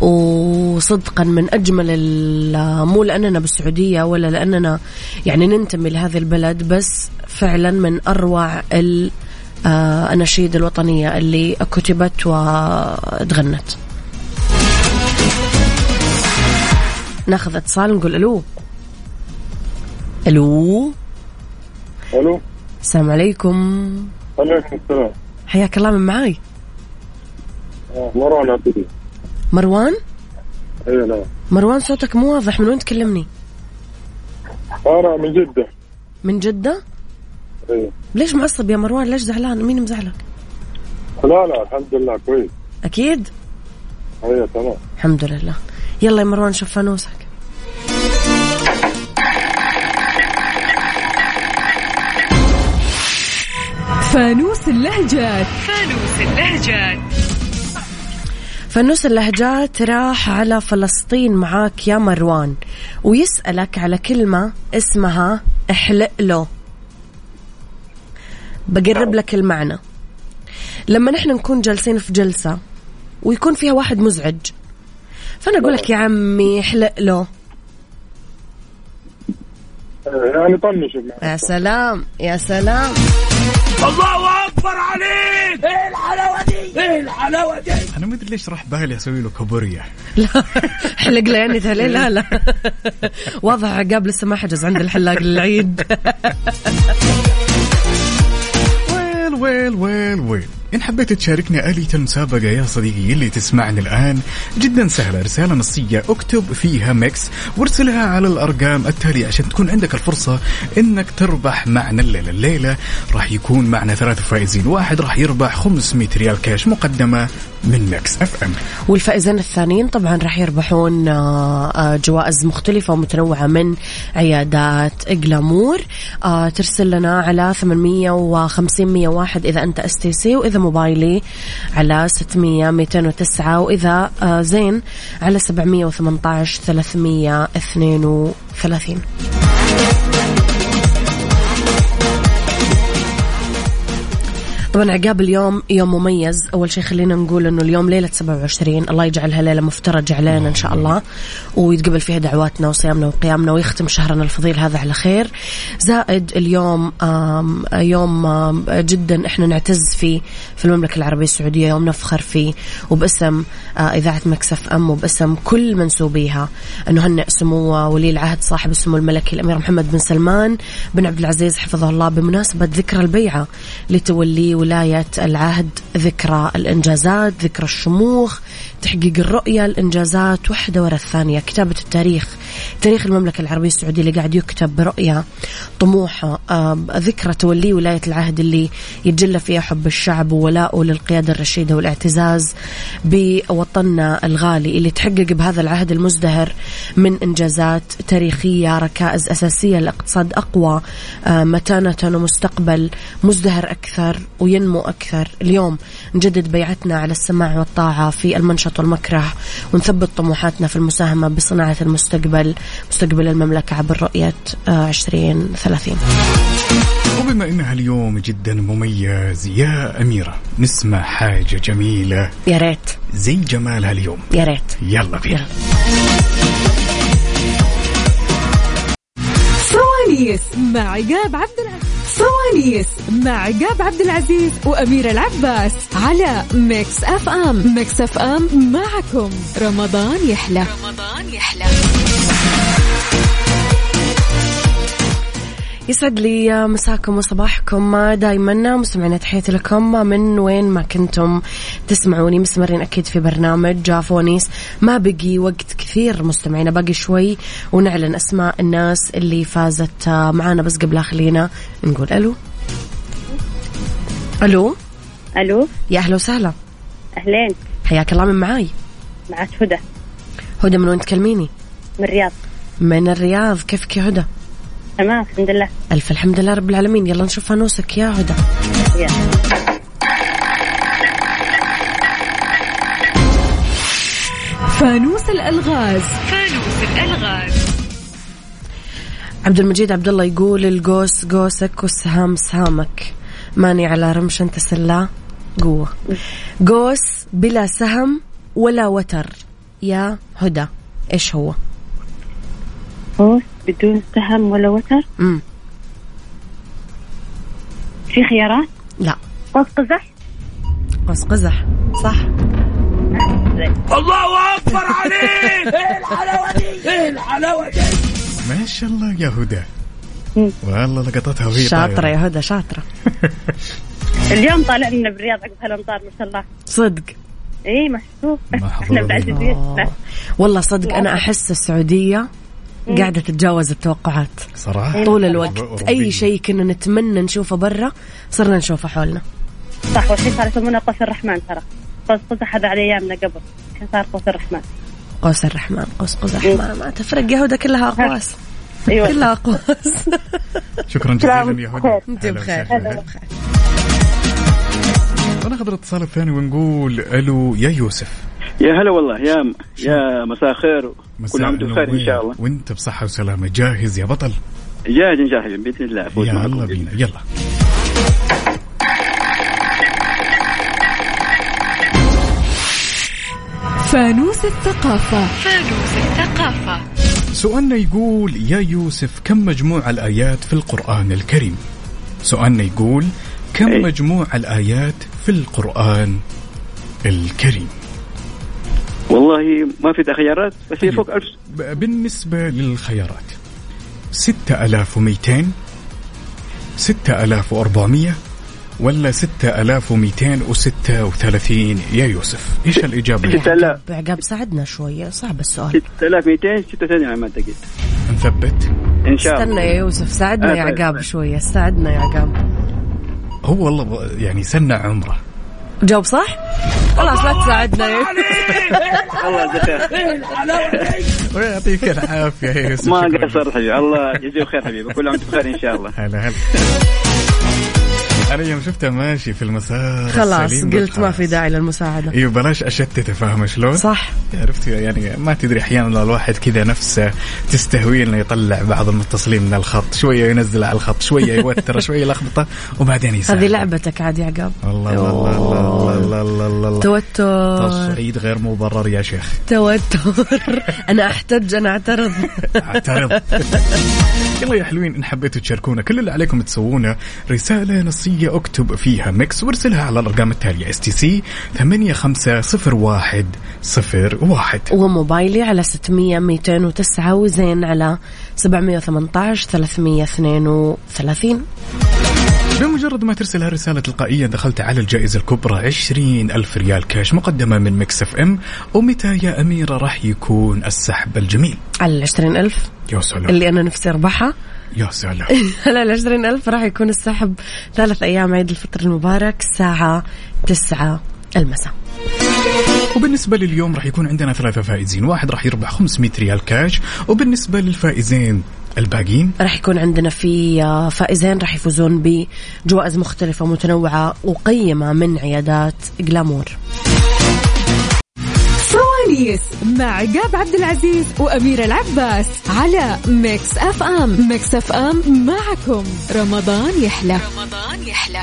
Speaker 4: وصدقا من أجمل ال- مو لأننا بالسعودية ولا لأننا يعني ننتمي لهذه البلد بس فعلا من أروع ال- آه، النشيد الوطنية اللي كتبت وتغنت ناخذ اتصال نقول ألو ألو
Speaker 8: الو
Speaker 4: السلام عليكم
Speaker 12: عليكم السلام
Speaker 4: حياك الله من معاي
Speaker 8: آه،
Speaker 12: مروان عبد الله
Speaker 4: مروان
Speaker 12: اي نعم
Speaker 4: مروان صوتك مو واضح من وين تكلمني
Speaker 12: انا من جده
Speaker 4: من جدة
Speaker 8: إيه.
Speaker 12: اي
Speaker 4: ليش معصب يا مروان ليش زعلان مين مزعلك
Speaker 12: لا لا الحمد لله كويس
Speaker 4: أكيد
Speaker 12: اي تمام
Speaker 4: الحمد لله يلا يا مروان شوف فانوسك
Speaker 3: فانوس اللهجات
Speaker 2: فانوس اللهجات
Speaker 4: فانوس اللهجات راح على فلسطين معاك يا مروان ويسألك على كلمة اسمها احلق له بقرب لك المعنى لما نحن نكون جالسين في جلسة ويكون فيها واحد مزعج فأنا أقول لك يا عمي احلق له
Speaker 12: يعني طنش
Speaker 4: يا سلام يا سلام
Speaker 2: الله اكبر عليك ايه الحلاوه دي ايه الحلاوه دي
Speaker 5: انا ما ادري ليش راح بالي اسوي له كابوريا
Speaker 4: لا حلق له يعني تهلي لا لا واضح عقاب لسه ما حجز عند الحلاق للعيد
Speaker 5: ويل ويل ويل ويل إن حبيت تشاركنا آلية المسابقة يا صديقي اللي تسمعني الآن جدا سهلة رسالة نصية اكتب فيها ميكس وارسلها على الأرقام التالية عشان تكون عندك الفرصة إنك تربح معنا الليلة الليلة راح يكون معنا ثلاثة فائزين واحد راح يربح 500 ريال كاش مقدمة من ميكس اف ام
Speaker 4: والفائزين الثانيين طبعا راح يربحون آه، آه، جوائز مختلفة ومتنوعة من عيادات جلامور آه، ترسل لنا على 850 101 إذا أنت اس تي سي وإذا موبايلي على 600 209 وإذا آه، زين على 718 332 طبعا عقاب اليوم يوم مميز اول شيء خلينا نقول انه اليوم ليله 27 الله يجعلها ليله مفترجه علينا ان شاء الله ويتقبل فيها دعواتنا وصيامنا وقيامنا ويختم شهرنا الفضيل هذا على خير زائد اليوم آم، يوم آم، جدا احنا نعتز فيه في المملكه العربيه السعوديه يوم نفخر فيه وباسم آه، اذاعه مكسف ام وباسم كل منسوبيها انه هنئ سموه ولي العهد صاحب السمو الملكي الامير محمد بن سلمان بن عبد العزيز حفظه الله بمناسبه ذكرى البيعه لتولي ولايه العهد ذكرى الانجازات ذكرى الشموخ تحقيق الرؤيه الانجازات واحده ورا الثانيه كتابه التاريخ تاريخ المملكه العربيه السعوديه اللي قاعد يكتب برؤيه طموحه آه، ذكرى تولي ولايه العهد اللي يتجلى فيها حب الشعب وولاؤه للقياده الرشيده والاعتزاز بوطننا الغالي اللي تحقق بهذا العهد المزدهر من انجازات تاريخيه ركائز اساسيه لاقتصاد اقوى آه، متانه ومستقبل مزدهر اكثر وينمو اكثر اليوم نجدد بيعتنا على السماع والطاعه في المنشط والمكره ونثبت طموحاتنا في المساهمه بصناعه المستقبل مستقبل المملكه عبر رؤيه آه، 2030
Speaker 5: وبما إنها اليوم جدا مميز يا أميرة نسمع حاجة جميلة
Speaker 4: يا ريت
Speaker 5: زي جمالها اليوم
Speaker 4: يا ريت
Speaker 5: يلا بينا
Speaker 3: سواليس مع عقاب عبد العزيز سواليس مع عقاب عبد العزيز وأميرة العباس على ميكس أف أم ميكس أف أم معكم رمضان يحلى رمضان يحلى
Speaker 4: يسعد لي مساكم وصباحكم دائما مستمعينا تحياتي لكم من وين ما كنتم تسمعوني مستمرين اكيد في برنامج فونيس ما بقي وقت كثير مستمعينا باقي شوي ونعلن اسماء الناس اللي فازت معانا بس قبلها خلينا نقول الو الو
Speaker 7: الو
Speaker 4: يا اهلا وسهلا
Speaker 7: اهلين
Speaker 4: حياك الله من معاي
Speaker 7: معك هدى
Speaker 4: هدى من وين تكلميني
Speaker 7: من الرياض
Speaker 4: من الرياض كيفك يا هدى
Speaker 7: تمام الحمد لله
Speaker 4: الف الحمد لله رب العالمين يلا نشوف فانوسك يا هدى
Speaker 3: فانوس الألغاز
Speaker 2: فانوس الالغاز
Speaker 4: عبد المجيد عبد الله يقول القوس قوسك والسهام سهامك ماني على رمش انت سلا قوة قوس بلا سهم ولا وتر يا هدى ايش هو؟
Speaker 7: قوس بدون سهم ولا وتر
Speaker 4: امم
Speaker 7: في خيارات
Speaker 4: لا
Speaker 7: قوس قزح
Speaker 4: قوس قزح صح
Speaker 2: الله اكبر عليك ايه الحلاوه دي ايه الحلاوه دي
Speaker 5: ما شاء الله يا هدى والله لقطتها وهي
Speaker 4: شاطرة
Speaker 5: طايرة.
Speaker 4: يا هدى شاطرة
Speaker 7: اليوم طالع لنا بالرياض عقب هالامطار ما شاء الله
Speaker 4: صدق
Speaker 7: اي محسوب احنا متعززين
Speaker 4: والله صدق أنا أحس السعودية
Speaker 7: مم.
Speaker 4: قاعدة تتجاوز التوقعات
Speaker 5: صراحة
Speaker 4: طول الوقت
Speaker 5: أوروبية.
Speaker 4: أي شيء كنا نتمنى نشوفه برا صرنا نشوفه حولنا
Speaker 7: صح والحين صار يسمونه قوس الرحمن ترى قوس قزح هذا على ايامنا قبل الحين صار قوس الرحمن
Speaker 4: قوس الرحمن قوس قوس
Speaker 13: إيه.
Speaker 4: الرحمن ما تفرق يهودا كلها أقواس
Speaker 13: إيوه.
Speaker 7: ايوه
Speaker 4: كلها أقواس
Speaker 5: شكرا جزيلا يا هدى
Speaker 4: أنت
Speaker 5: أهلا
Speaker 4: بخير
Speaker 5: وسهلا.
Speaker 4: أنت بخير
Speaker 5: وناخذ الاتصال الثاني ونقول الو يا يوسف
Speaker 13: يا هلا والله يا يا مساء خير كل
Speaker 5: مساء
Speaker 13: عام وانتم بخير ان
Speaker 5: النور.
Speaker 13: نعم، شاء الله
Speaker 5: وانت بصحة وسلامة جاهز يا بطل
Speaker 13: جاهزين جاهزين باذن الله أفوز معكم.
Speaker 5: يلا بينا يلا
Speaker 3: فانوس الثقافة
Speaker 2: فانوس الثقافة
Speaker 5: سؤالنا يقول يا يوسف كم مجموع الآيات في القرآن الكريم سؤالنا يقول كم
Speaker 13: إيه.
Speaker 5: مجموع الآيات في القرآن الكريم
Speaker 13: والله ما في خيارات بس هي فوق 1000
Speaker 5: ب- بالنسبة للخيارات 6200 6400 ولا 6236 يا يوسف ايش الإجابة؟
Speaker 13: لا
Speaker 4: عقاب ساعدنا شوية صعب السؤال
Speaker 13: 6200 6200 على ما اعتقد
Speaker 5: نثبت
Speaker 13: ان شاء
Speaker 4: استنى يا
Speaker 13: الله
Speaker 4: يوسف ساعدنا
Speaker 13: آه،
Speaker 4: يا
Speaker 13: طيب،
Speaker 4: عقاب شوية ساعدنا يا عقاب
Speaker 5: هو والله ب- يعني سنة عمره
Speaker 4: جاوب صح؟ خلاص لا تساعدنا يا
Speaker 13: الله يجزاك خير.
Speaker 5: ويعطيك العافية يا يوسف
Speaker 13: ما
Speaker 5: شكراً.
Speaker 13: قصرت حبيبي الله يجزيه خير حبيبي كل عام وانتم بخير ان شاء الله
Speaker 5: هلا هلا انا يوم شفته ماشي في المسار
Speaker 4: خلاص
Speaker 5: السليم
Speaker 4: قلت ما في داعي للمساعدة
Speaker 5: ايوه بلاش اشتته فاهمه شلون؟
Speaker 4: صح
Speaker 5: عرفت يعني ما تدري احيانا الواحد كذا نفسه تستهوي انه يطلع بعض المتصلين من الخط، شويه ينزل على الخط، شويه يوتر، شويه لخبطه وبعدين يسال.
Speaker 4: هذه لعبتك عاد يا عقاب
Speaker 5: الله الله الله الله الله الله الله
Speaker 4: توتر
Speaker 5: تصعيد غير مبرر يا شيخ
Speaker 4: توتر انا احتج انا اعترض
Speaker 5: اعترض يلا يا حلوين ان حبيتوا تشاركونا كل اللي عليكم تسوونه رساله نصيه اكتب فيها ميكس وارسلها على الارقام التاليه اس تي سي 850101
Speaker 4: وموبايلي على 600 209 وزين على 718 332
Speaker 5: بمجرد ما ترسل هالرسالة تلقائيا دخلت على الجائزة الكبرى 20 ألف ريال كاش مقدمة من ميكس اف ام ومتى يا أميرة راح يكون السحب الجميل
Speaker 4: على ال 20000
Speaker 5: يا سلام
Speaker 4: اللي انا نفسي اربحها
Speaker 5: يا سلام
Speaker 4: على ال 20000 راح يكون السحب ثلاث ايام عيد الفطر المبارك الساعه 9 المساء
Speaker 5: وبالنسبة لليوم راح يكون عندنا ثلاثة فائزين واحد راح يربح 500 ريال كاش وبالنسبة للفائزين الباقيين
Speaker 4: راح يكون عندنا في آه، فائزين راح يفوزون بجوائز مختلفه متنوعه وقيمه من عيادات جلامور
Speaker 3: فوانيس مع عقاب عبد العزيز وأميرة العباس على ميكس أف أم ميكس أف أم معكم رمضان يحلى رمضان يحلى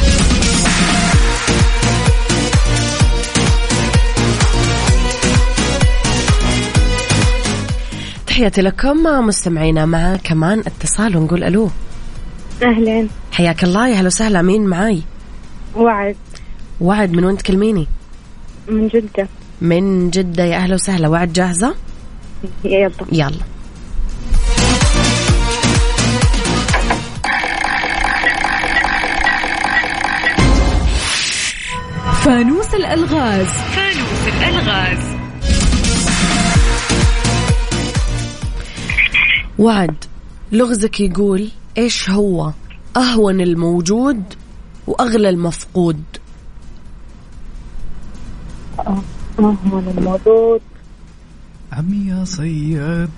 Speaker 4: تحياتي لكم مستمعينا مع كمان اتصال ونقول الو
Speaker 7: اهلين
Speaker 4: حياك الله يا هلا وسهلا مين معاي
Speaker 7: وعد
Speaker 4: وعد من وين تكلميني
Speaker 7: من جدة
Speaker 4: من جدة يا أهلا وسهلا وعد جاهزة
Speaker 7: يلا
Speaker 4: يلا
Speaker 3: فانوس الألغاز
Speaker 2: فانوس الألغاز
Speaker 4: وعد لغزك يقول إيش هو أهون الموجود وأغلى المفقود
Speaker 7: مهمل الموجود
Speaker 5: عمي يا صياد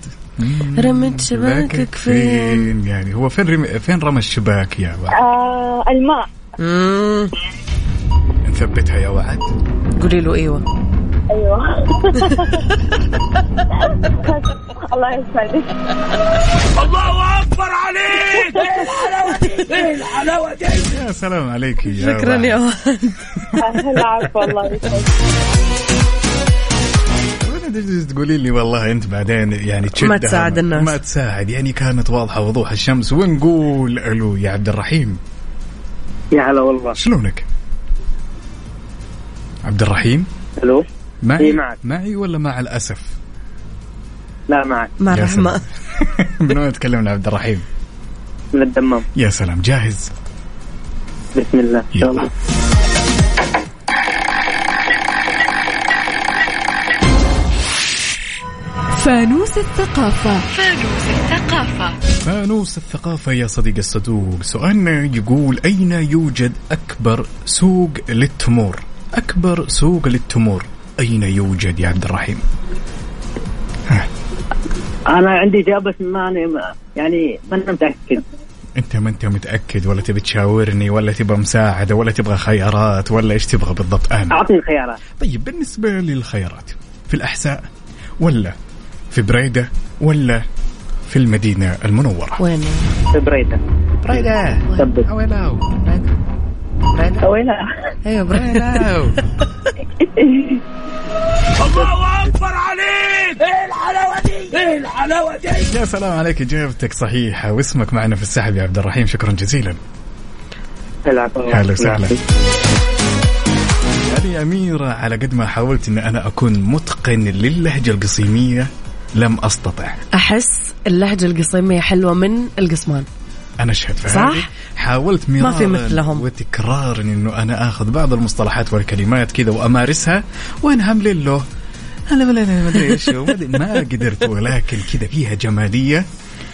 Speaker 4: رمت شباكك فين
Speaker 5: يعني هو فين رمي فين رمى الشباك يا وعد
Speaker 7: آه الماء
Speaker 5: نثبتها يا وعد
Speaker 4: قولي له إيوه
Speaker 7: ايوه الله يسعدك
Speaker 2: الله أكبر عليك إيه الحلاوة دي إيه الحلاوة دي
Speaker 5: يا سلام عليك يا
Speaker 4: شكرا
Speaker 5: وعد.
Speaker 4: يا وعد
Speaker 7: هلا عفوا الله يسعدك
Speaker 5: وين تجلس تقولي لي والله انت بعدين يعني تشد
Speaker 4: ما تساعد
Speaker 5: هم-
Speaker 4: الناس.
Speaker 5: ما تساعد يعني كانت واضحه وضوح الشمس ونقول الو يا عبد الرحيم
Speaker 13: يا هلا والله
Speaker 5: شلونك؟ عبد الرحيم
Speaker 13: الو
Speaker 5: معي
Speaker 13: إيه معك.
Speaker 5: معي ولا مع الاسف؟
Speaker 13: لا معك
Speaker 4: مع
Speaker 5: يا
Speaker 4: الرحمة
Speaker 5: سلام. من وين تكلمنا عبد الرحيم؟
Speaker 13: من الدمام
Speaker 5: يا سلام جاهز
Speaker 13: بسم الله ان شاء الله
Speaker 3: فانوس الثقافة
Speaker 5: فانوس الثقافة يا صديق الصدوق سؤالنا يقول أين يوجد أكبر سوق للتمور أكبر سوق للتمور أين يوجد يا عبد الرحيم
Speaker 7: انا عندي اجابه بس ماني ما- يعني ماني متاكد
Speaker 5: أنت ما أنت متأكد ولا تبي تشاورني ولا تبغى مساعدة ولا تبغى خيارات ولا إيش تبغى بالضبط أنا
Speaker 7: اعطني الخيارات
Speaker 5: طيب بالنسبة للخيارات في الأحساء ولا في بريدة ولا في المدينة المنورة
Speaker 4: وين
Speaker 7: بريدة
Speaker 5: بريدة
Speaker 4: اويلاو بريدة
Speaker 7: اويلاو
Speaker 4: ايوه بريدة
Speaker 5: أويلاو.
Speaker 2: الله اكبر عليك ايه الحلاوه دي ايه الحلاوه دي
Speaker 5: يا سلام عليك اجابتك صحيحه واسمك معنا في السحب يا عبد الرحيم شكرا جزيلا هلا وسهلا يعني أميرة على قد ما حاولت أن أنا أكون متقن للهجة القصيمية لم أستطع
Speaker 4: احس اللهجه القصيميه حلوه من القصمان
Speaker 5: أنا أشهد في
Speaker 4: صح؟
Speaker 5: هذه. حاولت
Speaker 4: ما
Speaker 5: مرارا
Speaker 4: في مثلهم.
Speaker 5: وتكرارا أنه أنا أخذ بعض المصطلحات والكلمات كذا وأمارسها وأنا هملل له أنا ما ما أدري إيش هو، ما أدري- ما قدرت ولكن كذا فيها جمالية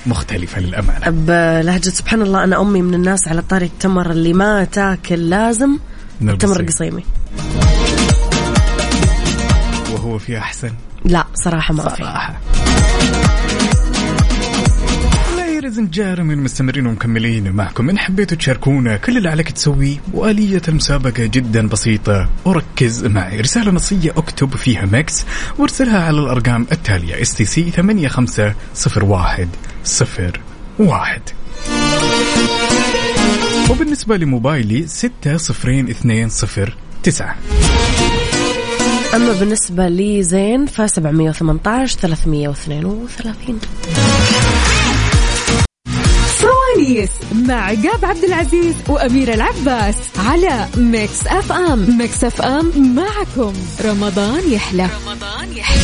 Speaker 5: مختلفة للأمانة
Speaker 4: بلهجه سبحان الله انا امي من الناس على طاري التمر اللي ما تاكل لازم
Speaker 5: من
Speaker 4: التمر
Speaker 5: القصيم.
Speaker 4: قصيمي
Speaker 5: وهو فيها أحسن
Speaker 4: لا صراحه ما
Speaker 5: صراحه ليرز اند جارمين مستمرين ومكملين معكم ان حبيتوا تشاركونا كل اللي عليك تسويه واليه المسابقه جدا بسيطه وركز معي رساله نصيه اكتب فيها مكس وارسلها على الارقام التاليه اس تي سي 8501 01 وبالنسبه لموبايلي 602209
Speaker 4: اما بالنسبه لي زين ف 718 332
Speaker 3: سواليس مع عقاب عبد العزيز وأميرة العباس على ميكس أف أم ميكس أف أم معكم رمضان يحلى رمضان يحلى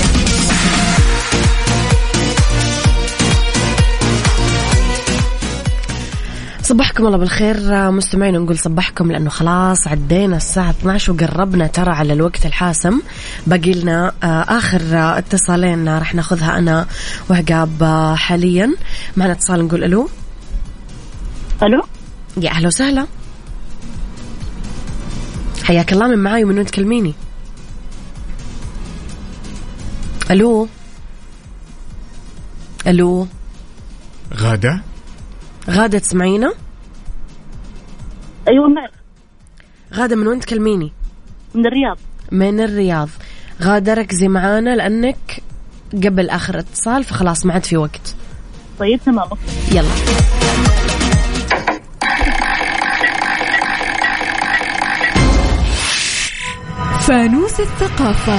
Speaker 4: صبحكم الله بالخير مستمعين نقول صبحكم لانه خلاص عدينا الساعه 12 وقربنا ترى على الوقت الحاسم باقي لنا آه، اخر آه، اتصالين راح ناخذها انا وعقاب آه، حاليا معنا اتصال نقول الو
Speaker 7: الو
Speaker 4: يا اهلا وسهلا حياك الله من معاي ومن وين تكلميني الو الو
Speaker 5: غاده
Speaker 4: غاده تسمعينا
Speaker 7: ايوه معك
Speaker 4: غاده من وين تكلميني
Speaker 7: من الرياض
Speaker 4: من الرياض غادة ركزي معانا لأنك قبل آخر اتصال فخلاص ما عاد في وقت
Speaker 7: طيب تمام أوكي.
Speaker 4: يلا
Speaker 3: فانوس الثقافة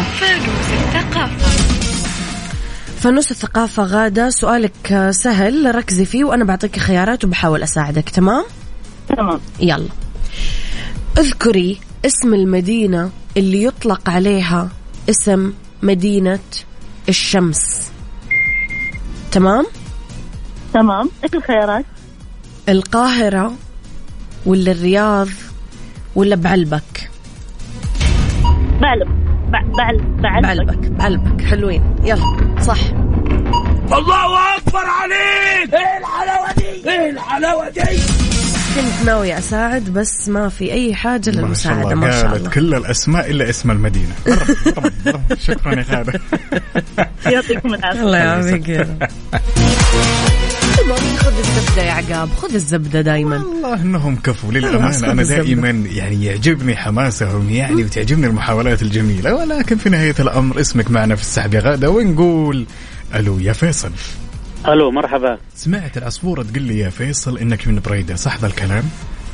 Speaker 4: فانوس الثقافة غادة سؤالك آه، سهل ركزي فيه وأنا بعطيك خيارات وبحاول أساعدك تمام؟
Speaker 7: تمام
Speaker 4: يلا اذكري اسم المدينة اللي يطلق عليها اسم مدينة الشمس تمام؟
Speaker 7: تمام ايش الخيارات
Speaker 4: القاهرة ولا الرياض ولا بعلبك؟
Speaker 7: بعلب بع- بعلب بعلب
Speaker 4: بعلبك بعلبك حلوين يلا صح
Speaker 2: الله اكبر عليك
Speaker 4: إيه
Speaker 2: ايه الحلاوه دي ايه الحلاوه دي
Speaker 4: كنت ناوي اساعد بس ما في اي حاجه
Speaker 5: ما شاء
Speaker 4: للمساعده
Speaker 5: الله
Speaker 4: ما شاء
Speaker 5: قالت
Speaker 4: الله
Speaker 5: كل الاسماء الا اسم المدينه مرة- مرة- مرة. شكرا يا خالد
Speaker 7: يعطيكم العافيه
Speaker 4: الله يعافيك خذ الزبده يا عقاب خذ الزبده دائما
Speaker 5: والله انهم كفوا
Speaker 4: خلاص، خذ
Speaker 5: للامانه انا
Speaker 4: الزبدة.
Speaker 5: دائما يعني يعجبني حماسهم يعني وتعجبني المحاولات الجميله ولكن في نهايه الامر اسمك معنا في السحب يا غاده ونقول الو يا فيصل
Speaker 14: الو مرحبا
Speaker 5: سمعت العصفوره تقول لي يا فيصل انك من بريده صح ذا الكلام؟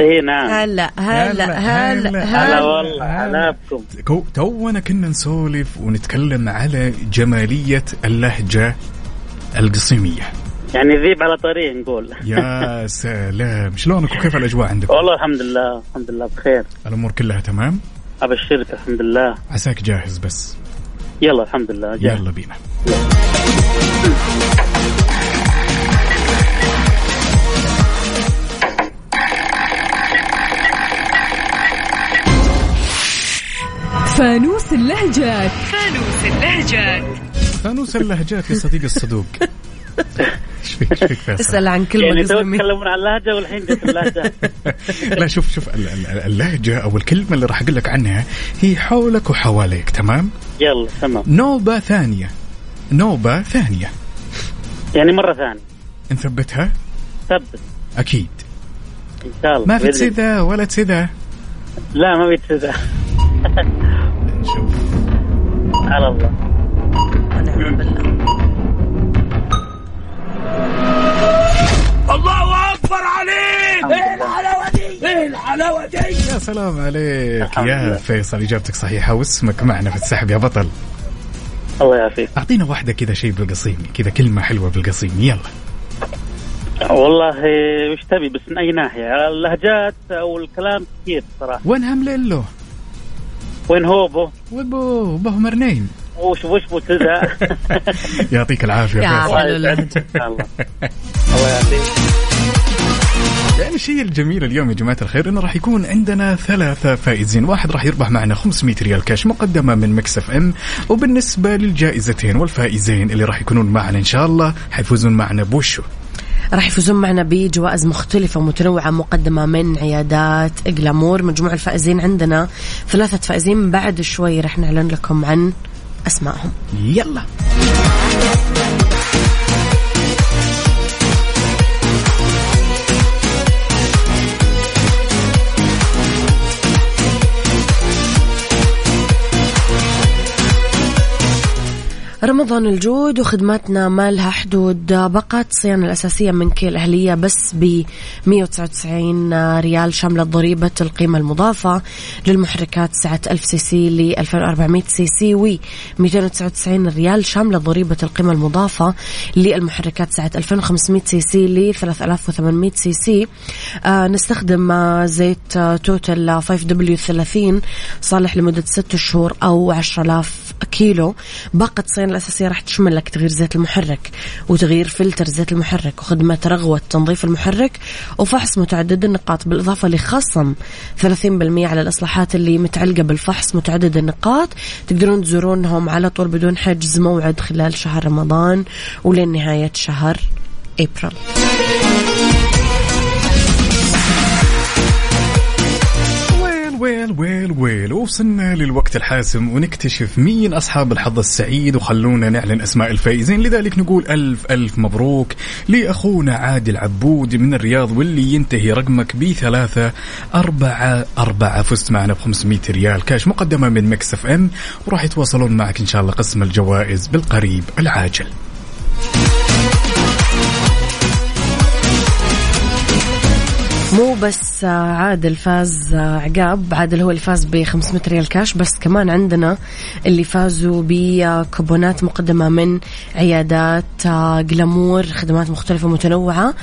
Speaker 14: اي نعم
Speaker 4: هلا هلا هلا
Speaker 14: هلا
Speaker 4: هلا
Speaker 14: والله هلا بكم
Speaker 5: كو- تونا كنا نسولف ونتكلم على جماليه اللهجه القصيميه
Speaker 14: يعني ذيب على طريق نقول
Speaker 5: يا سلام شلونك وكيف الاجواء عندك؟
Speaker 14: والله الحمد لله الحمد لله بخير
Speaker 5: الامور كلها تمام؟
Speaker 14: ابشرك الحمد لله
Speaker 5: عساك جاهز بس
Speaker 14: يلا الحمد لله جاي.
Speaker 5: يلا بينا
Speaker 3: فانوس اللهجات فانوس اللهجات
Speaker 5: فانوس اللهجات يا صديقي الصدوق ايش فيك ايش فيك فيصل؟
Speaker 4: اسأل عن كلمة
Speaker 14: يعني تو
Speaker 4: قسم
Speaker 14: تكلمون عن اللهجه والحين قلت اللهجه
Speaker 5: لا شوف شوف ال- ال- اللهجه او الكلمه اللي راح اقول لك عنها هي حولك وحواليك تمام؟
Speaker 14: يلا تمام
Speaker 5: نوبه ثانيه نوبه ثانيه
Speaker 14: يعني مره ثانيه
Speaker 5: نثبتها
Speaker 14: ثبت
Speaker 5: اكيد
Speaker 14: ان شاء الله
Speaker 5: ما في
Speaker 14: بإذن
Speaker 5: تسذا ولا تسذا
Speaker 14: الله. لا ما في تسذا على الله
Speaker 2: الله اكبر عليك ايه الحلاوه دي ايه الحلاوه دي
Speaker 5: يا سلام عليك يا فيصل اجابتك صحيحه واسمك معنا في السحب يا بطل
Speaker 14: الله يعافيك
Speaker 5: اعطينا واحده كذا شيء بالقصيم كذا كلمه حلوه بالقصيم يلا
Speaker 14: والله وش تبي بس من اي ناحيه اللهجات او الكلام كثير صراحه
Speaker 5: وين همليلو
Speaker 14: وين هوبو
Speaker 5: وبو بو مرنين
Speaker 14: وش وش بو تذا
Speaker 5: يعطيك العافيه
Speaker 4: يا
Speaker 5: فيصل
Speaker 4: حلو اللهجة
Speaker 14: الله الله يعافيك
Speaker 5: يعني الشيء الجميل اليوم يا جماعه الخير انه راح يكون عندنا ثلاثه فائزين، واحد راح يربح معنا 500 ريال كاش مقدمه من مكسف ام، وبالنسبه للجائزتين والفائزين اللي راح يكونون معنا ان شاء الله حيفوزون معنا بوشو.
Speaker 4: راح يفوزون معنا بجوائز مختلفة ومتنوعة مقدمة من عيادات إجلامور مجموع الفائزين عندنا ثلاثة فائزين بعد شوي راح نعلن لكم عن أسمائهم
Speaker 5: يلا
Speaker 4: رمضان الجود وخدماتنا ما لها حدود باقات الصيانة الأساسية من كيل أهلية بس ب 199 ريال شاملة ضريبة القيمة المضافة للمحركات سعة 1000 سي سي ل 2400 سي سي و 299 ريال شاملة ضريبة القيمة المضافة للمحركات سعة 2500 سي سي ل 3800 سي سي آه نستخدم آه، زيت آه، توتال 5 دبليو 30 صالح لمدة 6 شهور أو 10000 كيلو باقة الصيانة الأساسية راح تشمل لك تغيير زيت المحرك وتغيير فلتر زيت المحرك وخدمة رغوة تنظيف المحرك وفحص متعدد النقاط بالإضافة لخصم 30% على الإصلاحات اللي متعلقة بالفحص متعدد النقاط تقدرون تزورونهم على طول بدون حجز موعد خلال شهر رمضان ولين نهاية شهر أبريل
Speaker 5: ويل ويل ويل ويل وصلنا للوقت الحاسم ونكتشف مين اصحاب الحظ السعيد وخلونا نعلن اسماء الفائزين لذلك نقول الف الف مبروك لاخونا عادل عبود من الرياض واللي ينتهي رقمك بثلاثة أربعة أربعة فزت معنا ب 500 ريال كاش مقدمة من مكس اف ام وراح يتواصلون معك ان شاء الله قسم الجوائز بالقريب العاجل
Speaker 4: مو بس آه، عادل فاز آه، عقاب عادل هو اللي فاز ب 500 ريال كاش بس كمان عندنا اللي فازوا بكوبونات مقدمة من عيادات آه، جلامور خدمات مختلفة متنوعة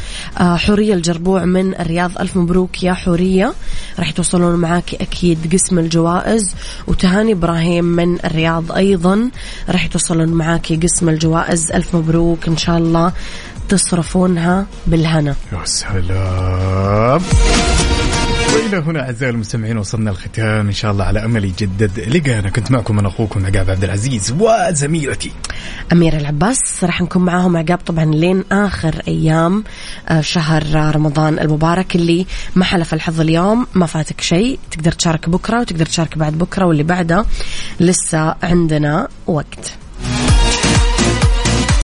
Speaker 4: آه، حورية الجربوع من الرياض ألف مبروك يا حورية راح يتواصلون معاك أكيد قسم الجوائز وتهاني إبراهيم من الرياض أيضا راح يتواصلون معاك قسم الجوائز ألف مبروك إن شاء الله تصرفونها بالهنا
Speaker 5: يا سلام وإلى هنا أعزائي المستمعين وصلنا الختام إن شاء الله على أمل يجدد لقانا كنت معكم أنا أخوكم عقاب عبد العزيز وزميلتي
Speaker 4: أميرة العباس راح نكون معاهم عقاب طبعا لين آخر أيام آه، شهر رمضان المبارك اللي ما حلف الحظ اليوم ما فاتك شيء تقدر تشارك بكرة وتقدر تشارك بعد بكرة واللي بعده لسه عندنا وقت